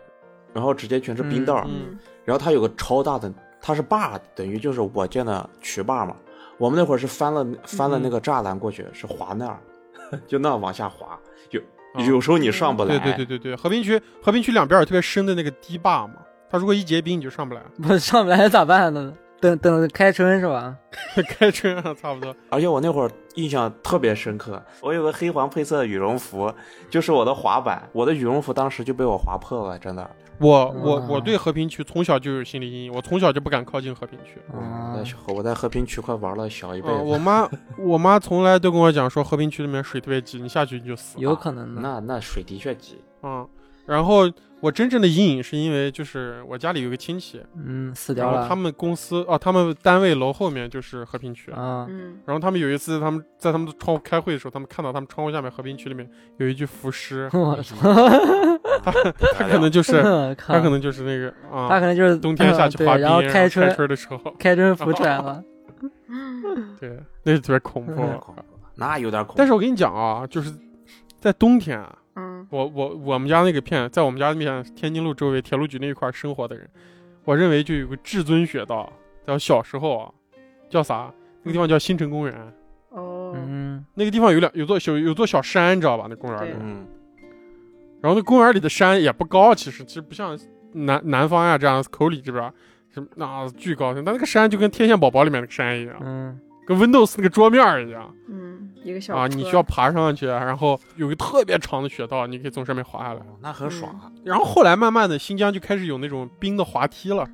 然后直接全是冰道儿。嗯然后它有个超大的，它是坝，等于就是我建的渠坝嘛。我们那会儿是翻了翻了那个栅栏过去，是滑那儿， 就那样往下滑。有、啊有时候你上不来，对对对对对，和平区和平区两边有特别深的那个堤坝嘛，它如果一结冰你就上不来，不上不来咋办呢？等等开春是吧？开春啊差不多。而且我那会儿印象特别深刻，我有个黑黄配色的羽绒服，就是我的滑板，我的羽绒服当时就被我划破了，真的。我我嗯我对和平区从小就有心理阴影，我从小就不敢靠近和平区。啊嗯，在小我在和平区快玩了小一辈嗯、子。啊我妈我妈从来都跟我讲说和平区里面水特别急，你下去你就死了。有可能呢。那那水的确急，嗯，然后我真正的阴影是因为就是我家里有个亲戚，嗯，死然掉后了。他们公司哦、他们单位楼后面就是和平区，啊，，嗯，然后他们有一次他们在他们的窗户开会的时候，他们看到他们窗户下面和平区里面有一具浮尸 我 他可能 就是靠他可能就是那个啊，他可能就是冬天下去 对滑冰，然后开开春的时候，开春浮出 来了。嗯 对，那是特别恐怖。嗯那有点恐怖。但是我跟你讲啊，就是在冬天啊，嗯，我我我们家那个片，在我们家那片天津路周围铁路局那一块生活的人，我认为就有个至尊雪道。在我小时候啊，叫啥？那个地方叫新城公园，哦，嗯，那个地方有两有座小有座小山，你知道吧？那公园里对，嗯，然后那公园里的山也不高，其实其实不像南南方呀、啊这样口里这边。什么那、巨高，但那个山就跟天线宝宝里面那个山一样，嗯，跟 Windows 那个桌面儿一样。嗯，一个小啊，车你需要爬上去，啊然后有个特别长的雪道，你可以从上面滑下来。哦那很爽啊。然后后来慢慢的，新疆就开始有那种冰的滑梯了，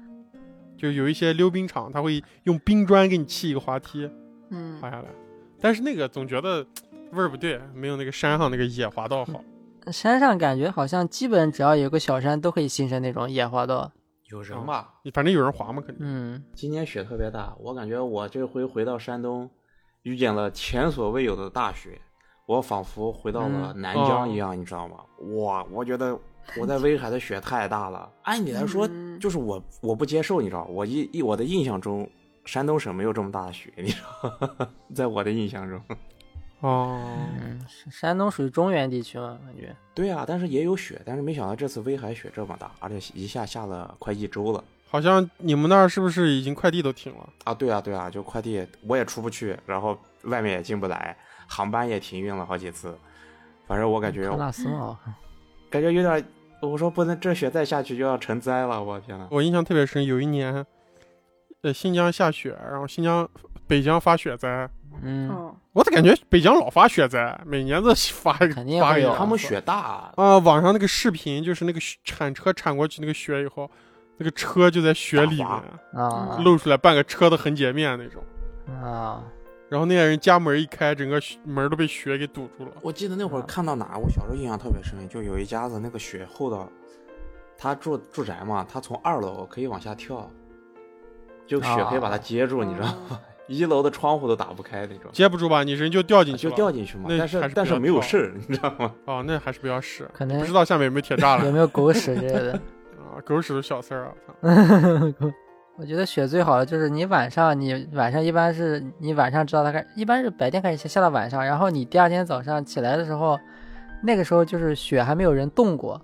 就有一些溜冰场，他会用冰砖给你砌一个滑梯嗯滑下来。但是那个总觉得嘖味儿不对，没有那个山上那个野滑道好。山上感觉好像基本只要有个小山都可以形成那种野滑道。有人吧？你反正有人滑嘛，肯定。嗯，今年雪特别大，我感觉我这回回到山东，遇见了前所未有的大雪，我仿佛回到了南疆一样，你知道吗？哇，我觉得我在威海的雪太大了。按理来说，嗯就是我我不接受，你知道，我一一我的印象中，山东省没有这么大的雪，你知道， 在我的印象中， 哦，嗯，山东属于中原地区嘛，感觉。对啊，但是也有雪，但是没想到这次威海雪这么大，而且一下下了快一周了。好像你们那儿是不是已经快递都停了？啊，对啊，对啊，就快递我也出不去，然后外面也进不来，航班也停运了好几次。反正我感觉嗯喀，纳斯 嘛，感觉有点，我说不能，这雪再下去就要成灾了，我天呐。我印象特别深，有一年，呃，新疆下雪，然后新疆北疆发雪灾，嗯，哦，我咋感觉北疆老发雪灾，每年都发一个肯定发会一个有啊他们雪大，啊、网上那个视频就是那个雪铲车铲过去那个雪以后，那个车就在雪里打滑嗯面嗯啊露出来半个车的横截面那种。啊，然后那些人家门一开，整个雪门都被雪给堵住了。我记得那会嗯儿看到哪儿，我小时候印象特别深，就有一家子那个雪厚到，他住住宅嘛，他从二楼可以往下跳，就雪可以把啊他接住，你知道吗？哦 一楼的窗户都打不开那种，接不住吧，你人就掉进嗯去就了。掉进去嘛。那但还是是不但是要没有跳事儿，你知道吗？哦，那还是不要试，可哎不能知道下面有没有铁栅有栏没有狗屎之类的。 啊，狗屎的小事儿啊！我觉得雪最好的就是你晚上，你晚上一般是你晚上知道它开，一般是白天开始下，下到晚上，然后你第二天早上起来的时候，那个时候就是雪还没有人动过，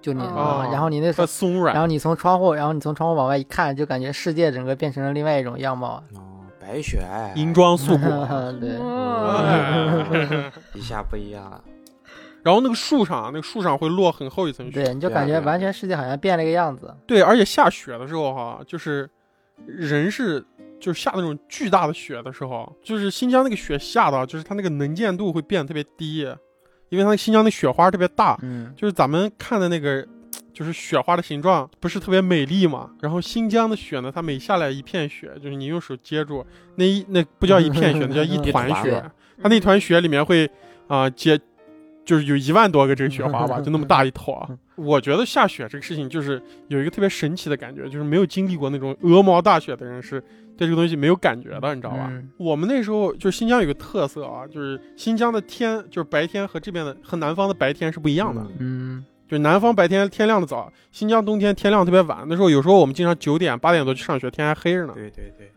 就你，啊哦然后你那时它候，松然软，后你从窗户，然后你从窗户往外一看，就感觉世界整个变成了另外一种样貌。哦，白雪，银装素 裹。对，嗯 哇， 哎一下不一样。然后那个树上，啊那个树上会落很厚一层雪。对，你就对啊感对觉啊完全世界好像变了一个样子。对，而且下雪的时候哈、就是人是就是下那种巨大的雪的时候，就是新疆那个雪下的，啊就是它那个能见度会变得特别低，因为它新疆那雪花特别大，嗯，就是咱们看的那个。就是雪花的形状不是特别美丽嘛，然后新疆的雪呢，它每下来一片雪，就是你用手接住那一那不叫一片雪，那叫一团一雪团。它那团雪里面会啊、结，就是有一万多个这个雪花 吧，就那么大一坨嗯啊。我觉得下雪这个事情就是有一个特别神奇的感觉，就是没有经历过那种鹅毛大雪的人是对这个东西没有感觉的，你知道吧？嗯我们那时候就是新疆有个特色啊，就是新疆的天就是白天和这边的和南方的白天是不一样的，嗯嗯，就是南方白天天亮的早，新疆冬天天亮特别晚。那时候有时候我们经常九点八点多去上学，天还黑着呢。对对对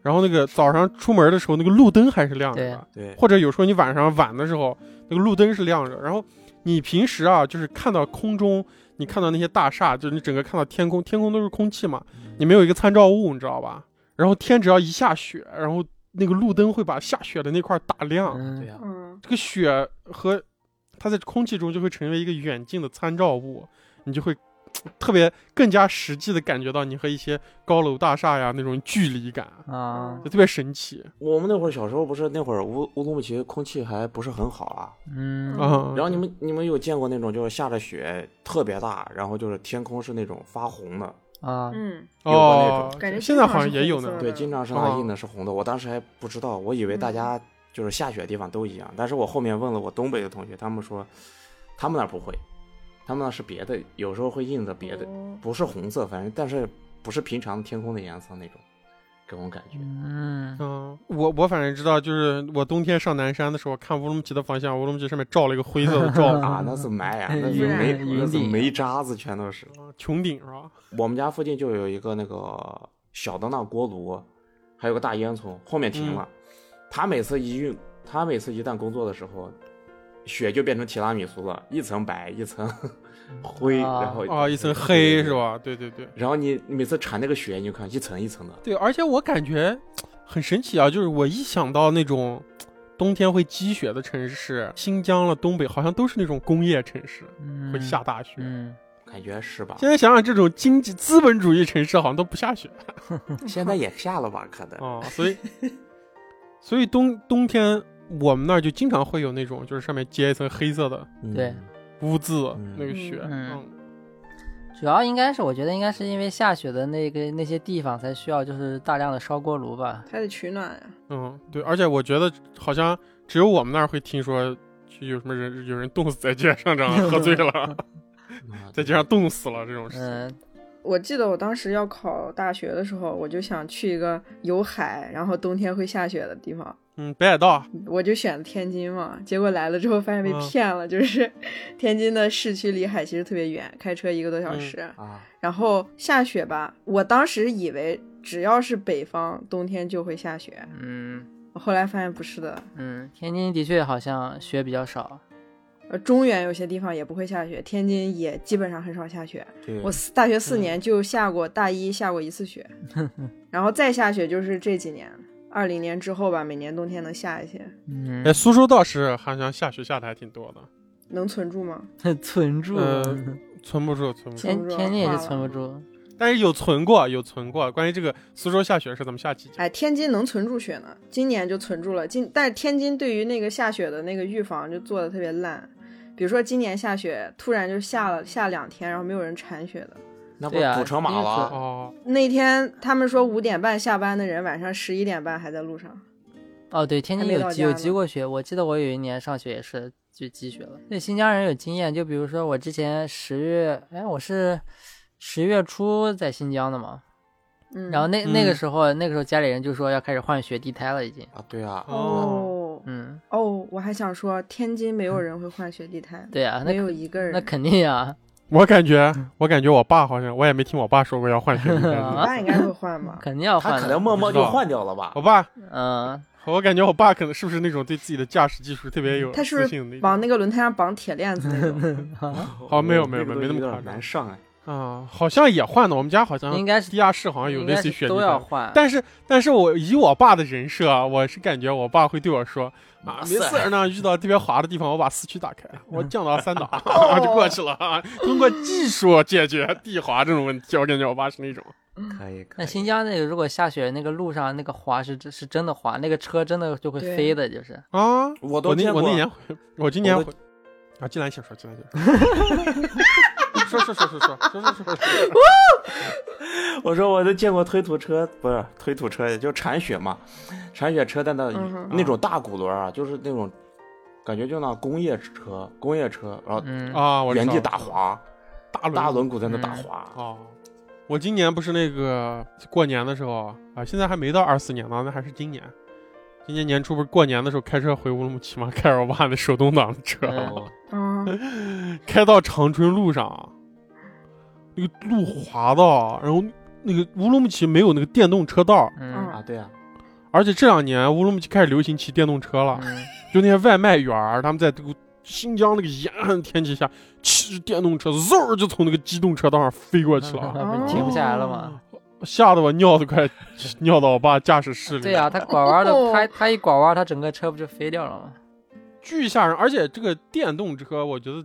然后那个早上出门的时候，那个路灯还是亮着的。对，或者有时候你晚上晚的时候，那个路灯是亮着，然后你平时啊，就是看到空中，你看到那些大厦，就是你整个看到天空，天空都是空气嘛，嗯你没有一个参照物，你知道吧？然后天只要一下雪，然后那个路灯会把下雪的那块打亮，嗯对呀、嗯，这个雪和它在空气中就会成为一个远近的参照物，你就会。特别更加实际的感觉到你和一些高楼大厦呀那种距离感，啊，就特别神奇我们那会儿小时候不是那会儿乌乌鲁木齐空气还不是很好啊。嗯啊！然后你们你们有见过那种就是下着雪特别大，然后就是天空是那种发红的，啊，嗯，有过那哦种，感觉现在经好常像是也红有色呢，的对，经常上哦它印的是红的。我当时还不知道，我以为大家就是下雪地方都一样，但是我后面问了我东北的同学，他们说他们那儿不会，他们那是别的，有时候会印着别的，哦不是红色，反正但是不是平常天空的颜色那种，给我感觉。嗯，嗯，我我反正知道，就是我冬天上南山的时候，看乌鲁木齐的方向，乌鲁木齐上面罩了一个灰色的 罩子，啊，那是霾嗯呀、那是云煤，云那是顶煤渣子，全都是。穹顶是吧？我们家附近就有一个那个小的那锅炉，还有个大烟囱，后面停嗯了。他每次一运，他每次一旦工作的时候，雪就变成提拉米苏了，一层白，一层 灰，啊然后啊，一层黑是？吧？对对对然后你你每次铲那个雪，你就看一层一层的，对，而且我感觉很神奇啊，就是我一想到那种冬天会积雪的城市，新疆了、东北好像都是那种工业城市，嗯会下大雪。啊嗯，感觉是吧？现在想想，这种经济资本主义城市好像都不下雪现在也下了吧？可能。啊，所以所以冬冬天我们那儿就经常会有那种，就是上面结一层黑色的嗯对污渍，嗯那个雪，嗯嗯，主要应该是我觉得应该是因为下雪的那个那些地方才需要就是大量的烧锅炉吧。它得取暖呀、嗯，对，而且我觉得好像只有我们那儿会听说有什么人有人冻死在街上，这样喝醉 了，啊在街上冻死了这种事情。嗯，我记得我当时要考大学的时候，我就想去一个有海，然后冬天会下雪的地方，嗯，北海道，我就选了天津嘛。结果来了之后发现被嗯骗了，就是 天津的市区离海其实特别远，开车一个多小时。啊，然后下雪吧，我当时以为只要是北方冬天就会下雪，嗯后来发现不是的，嗯，天津的确好像雪比较少。呃，中原有些地方也不会下雪，天津也基本上很少下雪。对，我四大学四年就下过大一下过一次雪，然后再下雪就是这几年，二零年之后吧，每年冬天能下一些，嗯哎，，苏州倒是好像下雪下的还挺多的，能存住吗？ 存住，哎呃存不住，存不住。存不天住天津也化是了存不住。但是有存过，有存过。关于这个苏州下雪是咱们下期讲。哎，天津能存住雪呢，今年就存住了。今但是天津对于那个下雪的那个预防就做的特别烂，比如说今年下雪突然就下了下两天，然后没有人铲雪的。那不对啊堵成马因为了？哦，那天他们说五点半下班的人，晚上十一点半还在路上。哦，对，天津还没有到积有家积呢过雪，我记得我有一年上学也是就积雪了。对新疆人有经验，就比如说我之前十月，哎，我是十月初在新疆的嘛，嗯，然后那那个嗯时候那个时候家里人就说要开始换雪地胎了，已经。啊，对啊，哦哦嗯，哦，我还想说，天津没有人会换雪地胎，对啊，那没有一个人。那肯定啊呀、我感觉，我感觉我爸好像，我也没听我爸说过要换雪地 你胎。爸应该会换吧？肯定要他换可的。能默默就不知道哦换掉了吧我？爸，嗯，我感觉我爸可能是不是那种对自己的驾驶技术特别有他是自不信的是一种往那个轮胎上绑铁链子那 种？哦没有没有那个没有东没那么西有夸点张难上哎。啊？好像也换的，我们家好像应该是嗯地下室好像有应类该似于是雪地都要胎。换。但是，但是我以我爸的人设啊，我是感觉我爸会对我说啊，没事儿呢，遇到特别滑的地方，我把四驱打开，我降到 三档，然后就过去了啊。通过技术解决地滑这种问题，我感觉我爸是那种。可以，可那以新疆那个如果下雪，那个路上那个滑是真是真的滑，那个车真的就会对飞的，就是。啊，我都我那见过我那年回，我今年我回都啊，进来先说，进来先 说，说说说说说说说说说，我说我都见过推土车，不是推土车，就铲雪嘛，铲雪车在那、嗯哼那种大轱辘啊，就是那种感觉就那工业车，工业车，然后嗯，啊，我知原道地了打滑，大大轮轮毂在那打滑。哦。我今年不是那个过年的时候啊，现在还没到二四年呢，那还是今年。今年年初不是过年的时候开车回乌鲁木齐嘛，开着我爸那手动挡的车， 嗯嗯，开到长春路上，那个路滑到，然后那个乌鲁木齐没有那个电动车道，嗯啊，对啊，而且这两年乌鲁木齐开始流行骑电动车了，嗯，就那些外卖员儿，他们在这个新疆那个严寒天气下，骑着电动车嗖儿就从那个机动车道上飞过去了，不是停不下来了哦吗？吓得我尿都快尿到我爸驾驶室里。对呀、，他拐弯哦的，他他一拐弯，他整个车不就飞掉了吗？巨吓人！而且这个电动车，我觉得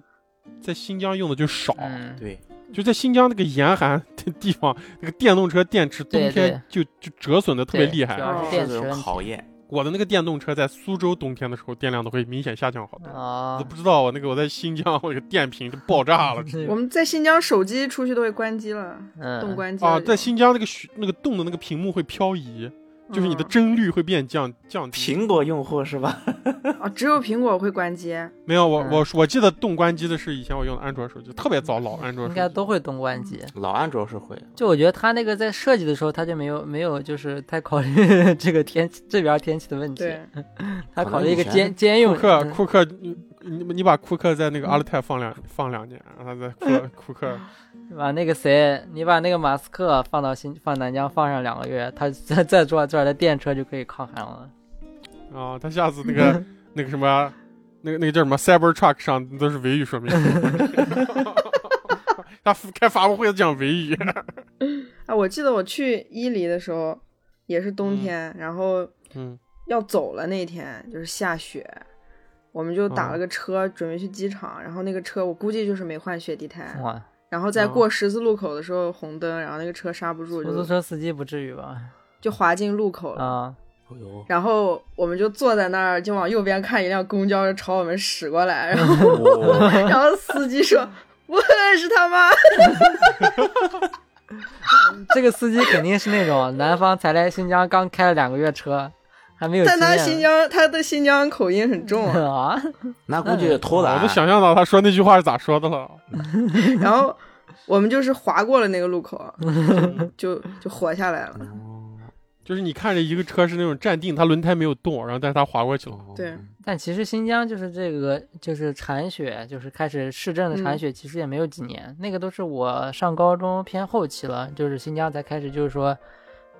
在新疆用的就少，嗯，对，就在新疆那个严寒的地方，那个电动车电池冬对天就就折损的特别对厉主害。啊要是哦电这池种问考题验。我的那个电动车在苏州冬天的时候电量都会明显下降好多。我啊都。不知道我那个我在新疆，我这个电瓶就爆炸 了，直接我们在新疆手机出去都会关机了，嗯冻关机了哦啊，在新疆那个雪那个冻的那个屏幕会漂移，嗯就是你的嗯帧率会变降降低。苹果用户是吧？啊，只有苹果会关机。没有，我嗯我我记得动关机的是以前我用的安卓手机，特别早老安卓手应机该。都会动嗯关机。老安卓是会，就我觉得他那个在设计的时候，他就没有没有就是太考虑 这个天气这边天气的问题，对，他可考能虑一以个前兼兼用库克，嗯库克，你你你把库克在那个阿勒泰放两放两年，让他在库 克库克把那个谁，你把那个马斯克放到新放南疆放上两个月，他 再再坐这儿的电车就可以抗寒了。啊，他下次那嗯个 那个什么，那个那个叫什么 Cyber Truck 上都是维语 说明书。他开发布会讲维语，啊，我记得我去伊犁的时候也是冬天，然后嗯，要走了那天就是下雪，我们就打了嗯个车、准备去机场，然后那个车我估计就是没换雪地胎，哇，嗯然后在过十字路口的时候红灯，然后那个车刹不住出租就车司机不至于吧？就滑进路口了。啊，哦呦，然后我们就坐在那儿，就往右边看，一辆公交就朝我们驶 过来，然后然后司机说：“我是 他妈。这个司机肯定是那种南方才来新疆，刚开了两个月车，还没”有但他经新验疆他的新疆口音很重啊，啊， 那估计嗯偷我懒都，想象到他说那句话是咋说的 了。然后我们就是划过了那个路口，就就就活下来了。嗯就是你看着一个车是那种站定，它轮胎没有动，然后但是它滑过去了。哦对，但其实新疆就是这个，就是铲雪，就是开始市政的铲嗯雪，其实也没有几年，那个都是我上高中偏后期了，就是新疆才开始，就是说，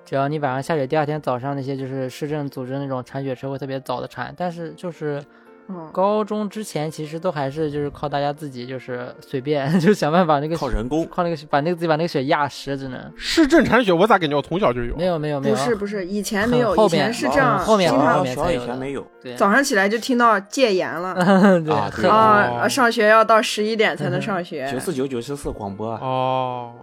只要你晚上下雪，第二天早上那些就是市政组织那种铲雪车会特别早的铲，但是就是嗯，高中之前其实都还是就是靠大家自己就是随便 就想办法把那个靠人工，靠那个雪把那个自己把那个雪压实，只能市政铲雪，我咋感觉我从小就有？没有没有没有，不是不是，以前没有，很后以前面是这样，很后面经很常后面嗯小才有以的前没有，对，早上起来就听到戒严了 对啊很对后啊、哦啊上学要到十一点才能上啊九学。四九九七四广播啊，哦，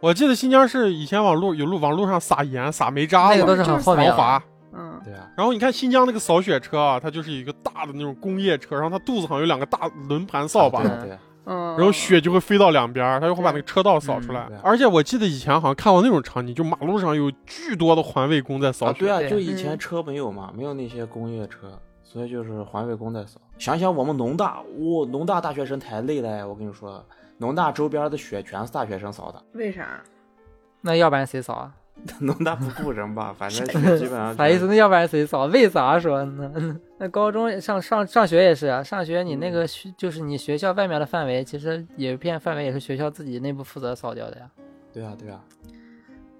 我记得新疆是以前往路有路往路上撒盐、撒煤渣那子，个都是很后面防了滑。嗯，对啊，然后你看新疆那个扫雪车啊，它就是一个大的那种工业车，然后它肚子好像有两个大轮盘扫把，对啊对啊，嗯，然后雪就会飞到两边儿，它就会把那个车道扫出来嗯对。而且我记得以前好像看过那种场景，就马路上有巨多的环卫工在啊扫雪。对啊，对嗯就以前车没有嘛，没有那些工业车，所以就是环卫工在扫。想想我们农大，我农大大学生太累了呀，我跟你说，农大周边的雪全是大学生扫的，嗯 为啥？那要不然谁扫啊？农大不雇人吧，反正雪基本 上啥意思？那要不然谁扫？为啥说呢？ 那高中上上上学也是啊，上学你那嗯个学、就是你学校外面的范围，其实有一片范围也是学校自己内部负责扫掉的呀。对啊对啊，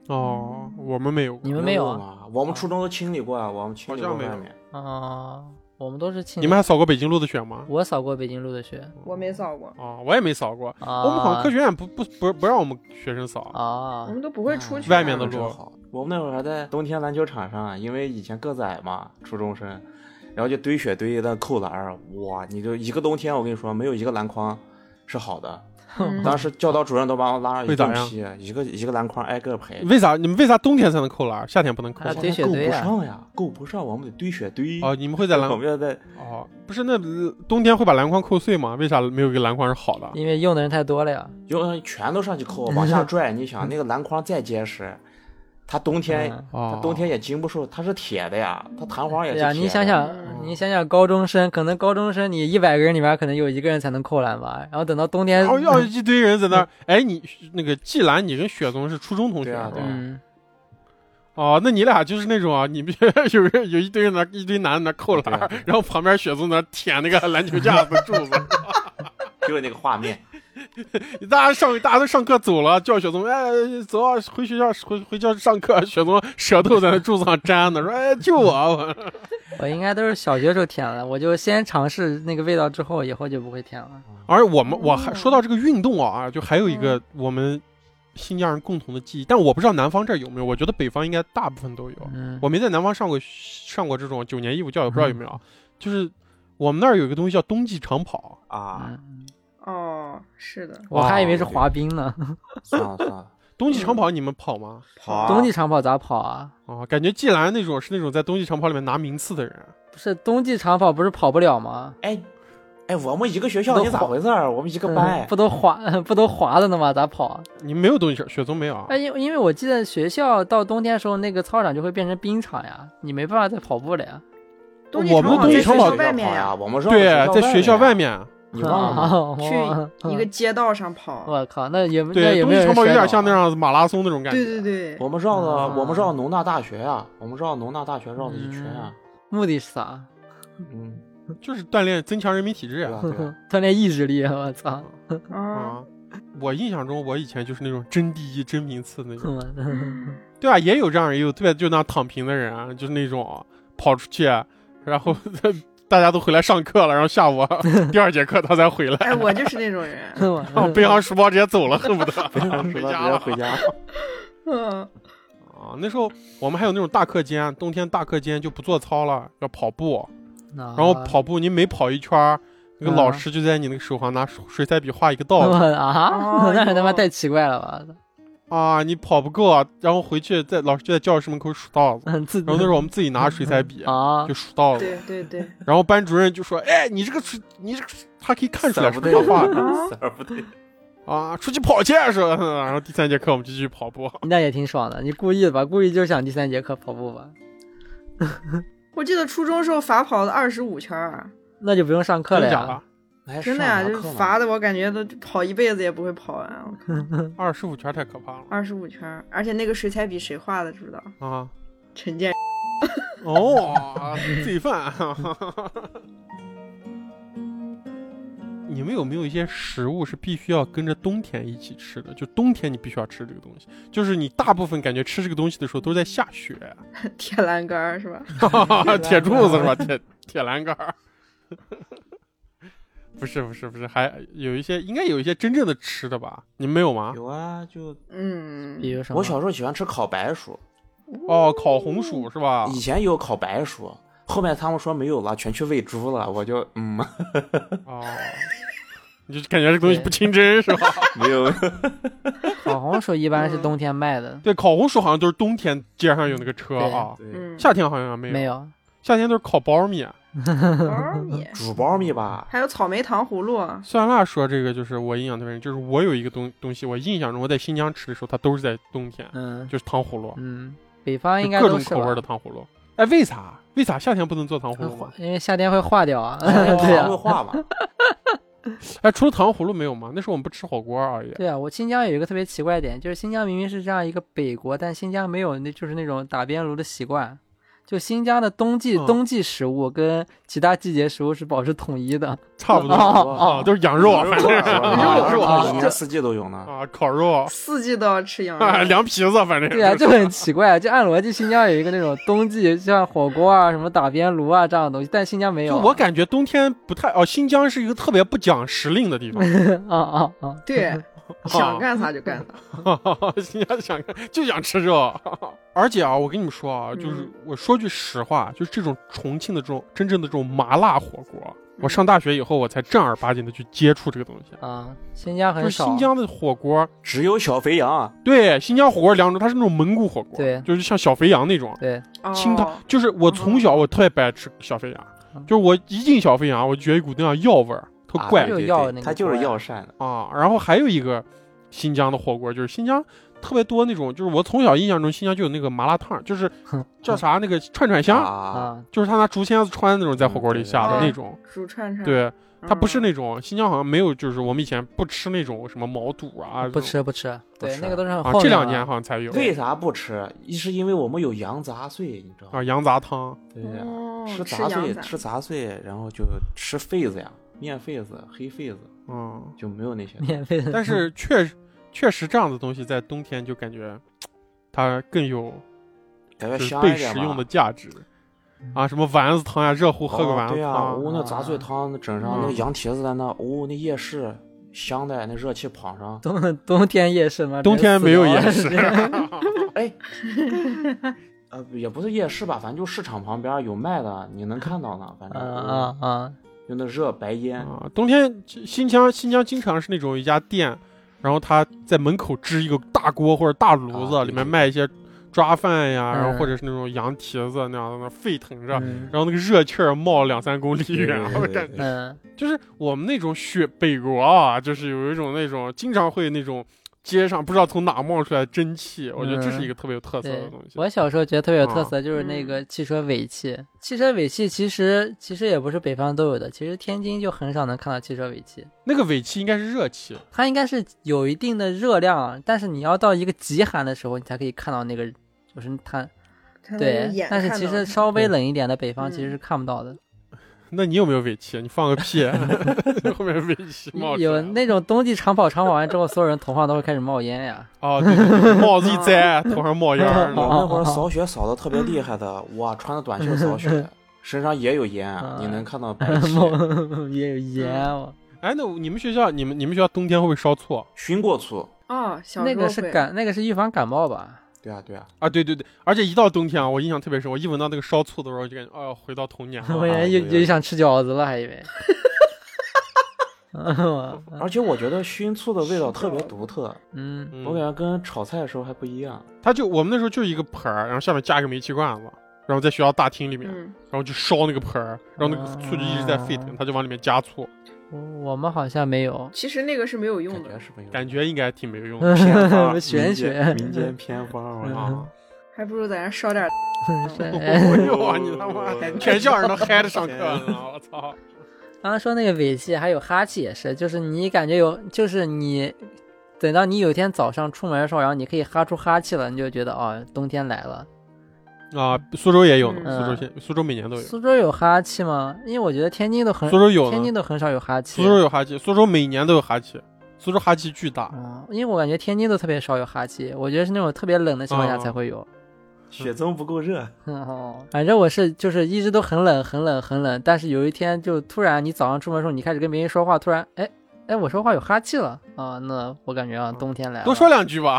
哦，我们没有。你们没有啊？啊，我们初中都清理过啊，我们清理过好像没有外面，啊、我们都是清。哦你们还扫过北京路的雪嗯吗？我扫过北京路的雪我没扫过，啊，我也没扫过。啊。我们好像科学嗯院不不不不让我们学生扫，啊我们都不会嗯出去。外面的路真好。我们那会儿还在冬天篮球场上，啊因为以前个子矮嘛，初中生，然后就堆雪堆那扣篮儿，哇，你就一个冬天，我跟你说，没有一个篮筐是好的。 嗯当时教导主任都把我拉上一会咋顿样嗯批，一个一个篮筐挨个赔，为啥？你们为啥冬天才能扣篮，夏天不能扣啊篮？堆雪堆啊够不上呀，够不上，我们得堆雪堆。哦，你们会在篮我们要在哦，不是那呃冬天会把篮筐扣碎吗？为啥没有一个篮筐是好的？因为用的人太多了呀。用全都上去扣，往下拽。你想那个篮筐再结实，它冬天嗯哦它，冬天也经不住，它是铁的呀，它弹簧也是对铁呀，的。你想嗯想，你想想，高中生可能高中生你一百个人里面可能有一个人才能扣篮吧，然后等到冬天，哦，要一堆人在那儿。哎，你那个季兰，你跟雪总是初中同学对啊是吧对啊嗯，哦，那你俩就是那种啊，你们 有人有一堆人在那一堆男的在那扣篮对啊对啊，然后旁边雪总在那舔那个篮球架子 柱子。就是那个画面，大家上大家都上课走了，叫雪松，哎，走啊，回学校回回教室上课。雪松舌头在那柱子上粘呢，说哎救我啊！我 我应该都是小学时候舔了，我就先尝试那个味道之后，以后就不会舔了。而我们我还说到这个运动啊，就还有一个我们新疆人共同的记忆，但我不知道南方这儿有没有，我觉得北方应该大部分都有。嗯，我没在南方上过上过这种九年义务教育，不知道有没有。就是我们那儿有一个东西叫冬季长跑，啊，嗯哦，是的，我还以哦为是滑冰呢。啊算了算 了，冬季长跑你们跑吗？好啊，冬季长跑咋跑啊？啊，感觉季兰那种是那种在冬季长跑里面拿名次的人。不是冬季长跑不是跑不了吗？哎，哎，我们一个学校，都你咋晃回事儿？我们一个班，嗯不都滑 不都滑了呢吗？咋跑啊？你们没有冬雪雪宗没有啊？哎，因因为我记得学校到冬天的时候，那个操场就会变成冰场呀，你没办法再跑步了呀。冬季我长们跑啊冬啊季在学长跑校学外面跑呀，呀，我们上对，啊在学学校外面，面，你忘了吗？ 哦去一个，街道上跑。我靠，那也那对，也冬没有季人长跑有摔点倒像那样马拉松那种感对觉。对对，我们绕了，啊我们绕农大大学啊，我们绕农大大学绕了一圈啊，目的是啥？啊嗯，就是锻炼增强人民体质对呀啊吧？。对啊吧 锻炼意志力，我操！ 啊，啊，我印象中我以前就是那种争第一、争名次那种，嗯对啊，也有这样，也有特别就那躺平的人啊，就是那种跑出去，然后大家都回来上课了，然后下午啊第二节课他才回来，哎，我就是那种人。然后背上书包直接走了，恨不得回直家接了。回家。嗯，啊，那时候我们还有那种大课间，冬天大课间就不做操了，要跑步，然然后 跑步你每跑一圈儿，那个老啊师就在你那个手上拿水彩笔画一个我道 子。啊，哦那他妈哟太奇怪了吧？啊，你跑不够啊，然后回去在老师就在教室门口数道 子，嗯，自然后那时候我们自己拿水彩笔啊就，数道子，对对对，然后班主任就说：“哎，你这个水，你这个水他可以看出来色是儿不不画 画的啊，色儿不对，啊，出去跑去说。” 然后第三节课我们就继续跑步，那也挺爽的。你故意的吧？故意就想第三节课跑步吧？我记得初中时候罚跑了二十五圈儿，啊那就不用上课真了的假呀的？？哎真的呀，就是罚的我感觉都跑一辈子也不会跑完。啊二十五圈太可怕了二十五圈儿，而且那个水彩笔谁画的知不知道？啊！陈建。哦，罪犯。 你们有没有一些食物是必须要跟着冬天一起吃的？就冬天你必须要吃这个东西，就是你大部分感觉吃这个东西的时候都是在下雪，铁栏杆儿是吧？ 铁柱子是 吧？铁铁栏杆儿。不是不是不是，还有一些应该有一些真正的吃的吧？你们没有吗？有啊，就比嗯，如什么？我小时候喜欢吃烤白薯，哦，烤红薯是吧？以前有烤白薯，后面他们说没有了，全去喂猪了，我就嗯， 哦，你就感觉这个东西不清真是吧？没有，烤红薯一般是冬天卖的，对，烤红薯好像都是冬天街上有那个车啊，对， 嗯，夏天好 像没有。没有夏天都是烤苞米。苞米，煮苞米吧，哦还有草莓糖葫芦，啊酸辣说这个就是我印象特别深，就是我有一个东东西，我印象中我在新疆吃的时候，它都是在冬天，嗯就是糖葫芦，嗯，北方应就该各都种是口味吧嗯的？糖葫芦。哎，为啥？为啥夏天不能做糖葫芦吗？因为夏天会化掉啊，哦 对糖会呀，化嘛，哎，除了糖葫芦没有吗？那时候我们不吃火锅而已。对呀。我新疆有一个特别奇怪的点，就是新疆明明是这样一个北国，但新疆没有那就是那种打边炉的习惯。就新疆的冬季、嗯冬季食物跟其他季节食物是保持统一的，差不多哦啊，都是 羊肉，反正肉 肉啊，啊一年四季都有呢。啊，烤 肉四季都要吃 羊啊，肉。凉皮子，反正 对啊，就很奇怪。就按逻辑，新疆有一个 那种冬季像火锅啊、什么打边炉啊这样的东西，但新疆没有就啊。我感觉冬天不太哦，新疆是一个特别不讲时令的地 方，啊啊啊！ 对，哦想干啥就干啥。新疆想就想吃肉，而且啊，我跟你们说啊，就是嗯我说句实话，就是这种重庆的这种真正的这种麻辣火锅，我上大学以后我才正儿八经的去接触这个东西，啊，新疆就是很少。新疆的火锅，只有小肥羊，啊对，新疆火锅两种，它是那种蒙古火锅，对就是像小肥羊那种，对， 哦清汤，就是我从小我特别不爱吃小肥羊，就是我一进小肥羊，我就觉得一股那样药味儿，特啊怪就对对要对那个它就是锅呀药膳的，啊。然后还有一个新疆的火锅，就是新疆特别多那种，就是我从小印象中新疆就有那个麻辣烫，就是 叫啥那个串串香，啊，嗯 啊，就是他拿竹签子穿那种在火锅里下的嗯对那种。煮串串，对，嗯，它不是那种新疆好像没有，就是我们以前不吃那种什么毛肚啊，嗯不吃不吃，不对，吃那个都是很啊后面，这两年了好像才有为啥不吃？一是因为我们有羊杂碎，你知道吗？啊羊杂汤。对呀、哦，吃吃杂羊碎，杂吃杂碎，然后就吃痱子呀，面痱子、黑痱子，嗯，就没有那些。免 费的。。但是确实确实这样的东西在冬天就感觉它更有感就觉是香被一点食嘛用的价值啊，什么丸子汤呀，热乎喝个哦丸子对呀、汤，啊嗯我那杂碎汤整上，那个羊蹄子在那，哦，那夜市香的，那热气捧上冬冬天夜市嘛，冬天没有夜市 直接死掉了哎，呃，也不是夜市吧，反正就市场旁边有卖的，你能看到呢。反啊正、啊 啊！就那热白烟，啊，冬天新疆新疆经常是那种一家店，然后他在门口支一个大锅或者大炉子，啊对里面卖一些抓饭呀，然后嗯或者是那种羊蹄子那样的那沸腾着，嗯然后那个热气儿冒两三公里对远，对我对感觉对嗯就是我们那种雪北国啊，就是有一种那种经常会那种街上不知道从哪冒出来的蒸汽，我觉得这是一个特别有特色的对东，西。我小时候觉得特别有特啊色，就是那个汽车尾气。汽车尾气其实其实也不是北方都有的，其实天津就很少能看到汽车尾气。那个尾气应该是热气，它应该是有一定的热量，但是你要到一个极寒的时候，你才可以看到那个就是它。才能对用眼，但是看其到实它稍微冷一点的北方嗯其实是看不到的。那你有没有尾气？你放个屁，啊 后面尾气冒出来啊有那种冬季长跑，长跑完之后，所有人头上都会开始冒烟 呀。哦，对对对，帽子一摘，头上冒烟 儿呢。我那会儿扫雪扫的特别厉害的，哇，穿着短袖扫雪，身上也有烟啊啊，你能看到白气。冒也有烟哦，哎，那你们学校，你们你们学校冬天会不会烧醋熏过醋，哦，小那时个候是会感，那个是预防感冒吧？对啊对啊，啊？对对对，而且一到冬天啊，我印象特别深，我一闻到那个烧醋的时候，就感觉，哦，回到童年我以了。为有又有又想吃饺子了，还以 为。而且我觉得熏醋的味道特别独特，嗯，嗯我感觉跟炒菜的时候还不一样。他就我们那时候就是一个盆儿，然后下面架一个煤气罐子，然后在学校大厅里面，嗯，然后就烧那个盆儿，然后那个醋就一直在沸腾，啊他就往里面加醋，我我们好像没有。其实那个是没有用感的觉，是没有感觉应该挺没有用的。偏 方，玄学民间民间偏嗯方，我操！啊！还不如在那烧点儿。是 哎哎呦啊，你他妈感觉全校人都嗨着上课呢，我操！刚刚说那个尾气，还有哈气也是，就是你感觉有，就是你等到你有一天早上出门的时候，然后你可以哈出哈气了，你就觉得哦，冬天来了。 啊，苏州也有呢，嗯苏州现苏州每年都有，苏州有哈气吗？因为我觉得天津都很苏，州有天津呢，都很少有哈气。苏州有哈气，苏州每年都有哈气，苏州哈气巨大。嗯，因为我感觉天津都特别少有哈气，我觉得是那种特别冷的情况下哦才会有。雪中不够热，嗯 哦，反正我是就是一直都很冷很冷很冷，但是有一天就突然你早上出门的时候，你开始跟别人说话，突然哎哎我说话有哈气了啊、那我感觉啊冬天来了。多嗯说两句吧，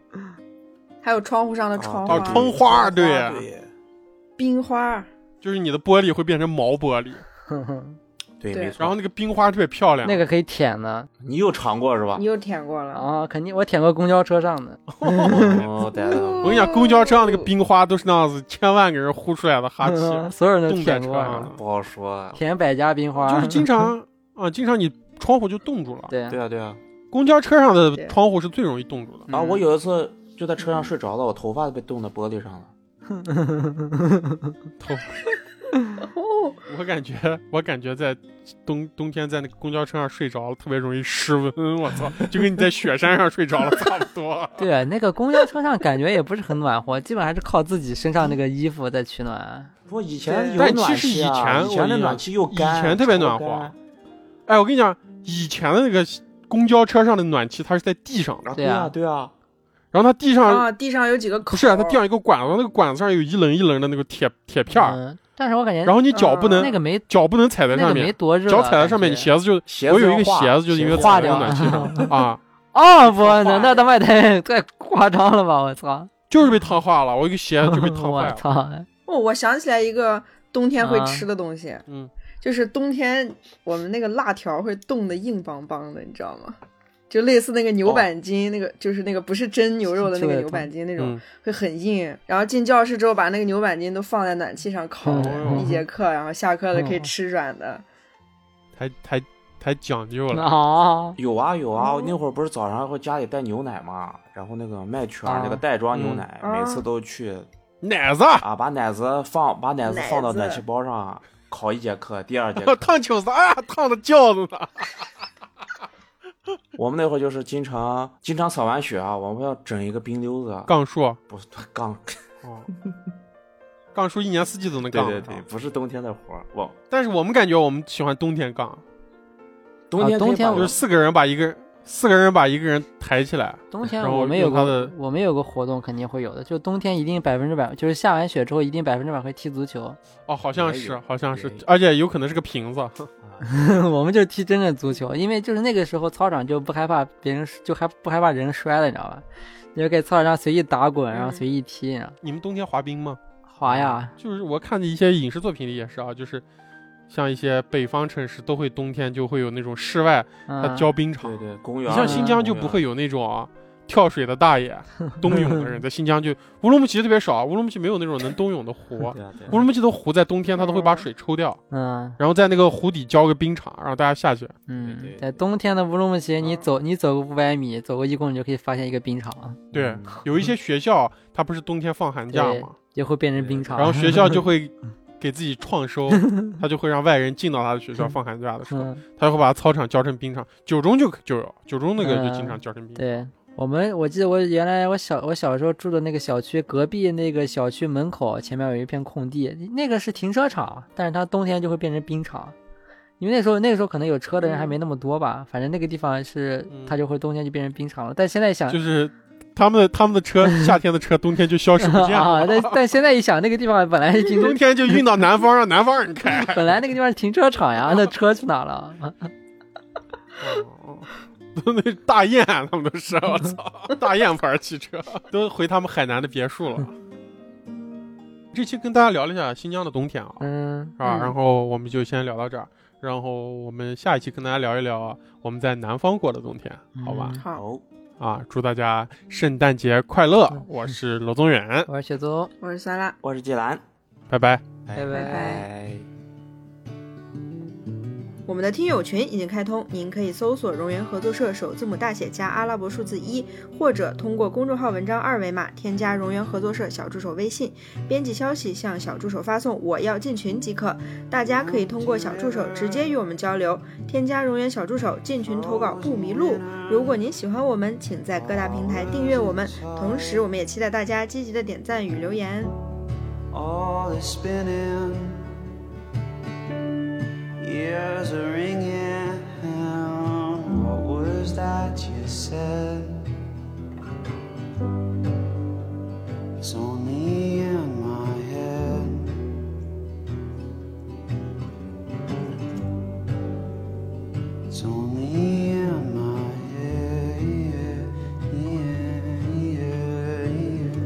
还有窗户上的啊窗哦花、窗花对冰花，就是你的玻璃会变成毛玻璃， 对对没错。然后那个冰花特别漂亮。那个可以舔的你又尝过是吧你？又舔过了。啊、肯定我舔过公交车上的，哦，呆了我跟你讲，公交车上那个冰花都是那样子，千万个人呼出来的哈气， 所有人都冻在舔车过，上了。不好说啊。舔百家冰花，就是经常啊，经常你窗户就冻住了。 对对啊对啊。公交车上的对窗户是最容易冻住的。然后我有一次就在车上睡着了，我头发都被冻在玻璃上了。哦，我感觉，我感觉在冬冬天在那个公交车上睡着了，特别容易失温。 我操，就跟你在雪山上睡着了 差不多。对啊那个公交车上感觉也不是很暖和，基本还是靠自己身上那个衣服在取暖。不过以前有但暖其实气啊，以前以前我印的象暖气又干，以前特别暖和超干啊哎，我跟你讲，以前的那个公交车上的暖气它是在地上的，啊，对对啊啊对啊，然后它地上、啊，地上有几个口，不是啊它掉一个管子，那个管子上有一棱一棱的那个铁铁片儿，嗯，但是我感觉然后你脚不能、那个没脚不能踩在那上个没面，多热啊，脚踩在上面，感你觉鞋子就鞋子我有一个要化鞋子就是因为踩鞋化在掉暖气上了。啊。哦不，那那他妈也太太夸张了吧！我操，就是被烫化了，我一个鞋就 被烫坏我了。嗯操，哦，我想起来一个冬天会啊吃的东西，嗯，就是冬天我们那个辣条会冻得硬邦邦的，你知道吗？就类似那个哦牛板筋，那个就是那个不是真牛肉的那这个个牛板筋那种，嗯会很硬。然后进教室之后，把那个牛板筋都放在暖气上烤嗯哦一节课，然后下课了可以吃软的。太太太讲究了。啊！有啊有啊，我那会儿不是早上会家里带牛奶嘛，然后那个麦圈儿啊那个袋装牛奶，嗯每次都去奶子，啊，把奶子放把奶子放到奶子暖气包上烤一节课，第二节我课，烫球啥呀？烫的叫子呢。我们那会儿就是经常经常扫完雪啊，我们要整一个冰溜子，啊杠树，不是 杠，哦， 杠树一年四季都能对杠。啊对对，，啊不是冬天的活儿，我但是我们感觉我们喜欢冬天杠，冬天啊冬天可以把就是四个人把一个四个人把一个人抬起来，冬天然后我们有用它的个我们有个活动肯定会有的，就冬天一定百分之百，就是下完雪之后一定百分之百会踢足球，哦，好像也是有，好像是也有，而且有可能是个瓶子。啊 我们就踢真正足球，因为就是那个时候操场就不害怕别人就还不害怕人摔了，你知道吧？你就可以操场上随意打滚，然后嗯随意踢，你知道你们冬天滑冰吗？滑呀，就是我看的一些影视作品里也是啊，就是像一些北方城市都会冬天就会有那种室外它嗯，浇冰场对，对公啊你园儿，像新疆就公园不儿会有那种啊，跳水的大 爷，冬泳的人，在新疆就乌鲁木齐特别少，乌鲁木齐没有那种能冬泳的湖。对啊对啊乌鲁木齐的湖在冬天它都会把水抽掉，嗯然后在那个湖底浇个冰场，让大家下去。对嗯，对在冬天的乌鲁木齐，你走你走个五百米，走个一公里就可以发现一个冰场了，对嗯，有一些学校它不是冬天放寒假对嗯嘛，就会变成冰场。然后学校就会给自己创收，他就会让外人进到他的学校放寒假的时候， 嗯，他就会把操场浇成冰场。九中就就有，九中那个就嗯经常浇成冰场。对我们，我记得我原来我小我小时候住的那个小区隔壁那个小区门口前面有一片空地，那个是停车场，但是它冬天就会变成冰场，因为那时候那个时候可能有车的人还没那么多吧，反正那个地方是嗯它就会冬天就变成冰场了。但现在想就是他们的他们的 车，夏天的车冬天就消失不见啊，了，但但现在一想，那个地方本来是停车 冬，天就运到南方，让南方人开。本来那个地方是停车 场呀，那车去哪了？哦都 那大雁，啊他们都是我操，大雁牌汽车都回他们海南的别墅了。这期跟大家聊了一下新疆的冬天啊，嗯是吧？嗯然后我们就先聊到这儿，然后我们下一期跟大家聊一聊我们在南方过的冬天，好吧？嗯好，好，啊，祝大家圣诞节快乐！我是罗宗远，我是雪宗，我是酸辣。我是季兰，拜拜。拜拜拜。我们的听友群已经开通，您可以搜索“融源合作社”首字母大写加阿拉伯数字一，或者通过公众号文章二维码添加“融源合作社”小助手微信，编辑消息向小助手发送“我要进群”即可。大家可以通过小助手直接与我们交流，添加融源小助手进群投稿不迷路。如果您喜欢我们，请在各大平台订阅我们，同时我们也期待大家积极的点赞与留言。 all is spinning. Years are ringing. What was that you said? It's only in my head. It's only in my head. Yeah, yeah, yeah.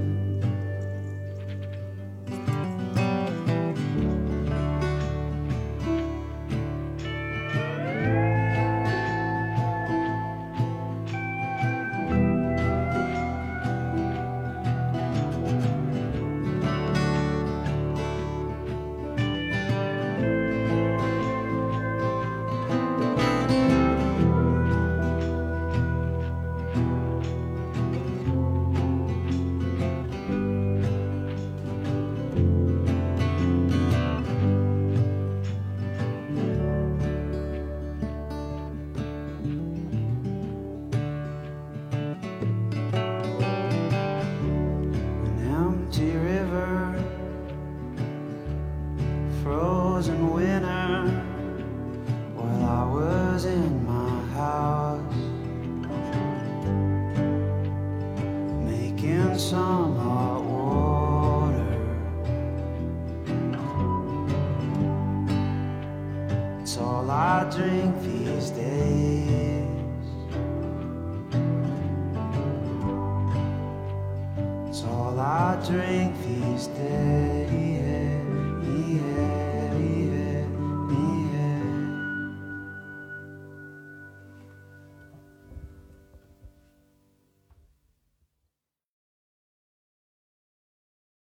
an empty river, frozen winter. While I was in my house, making some hot water. It's all I drink these days. It's all I drink these days.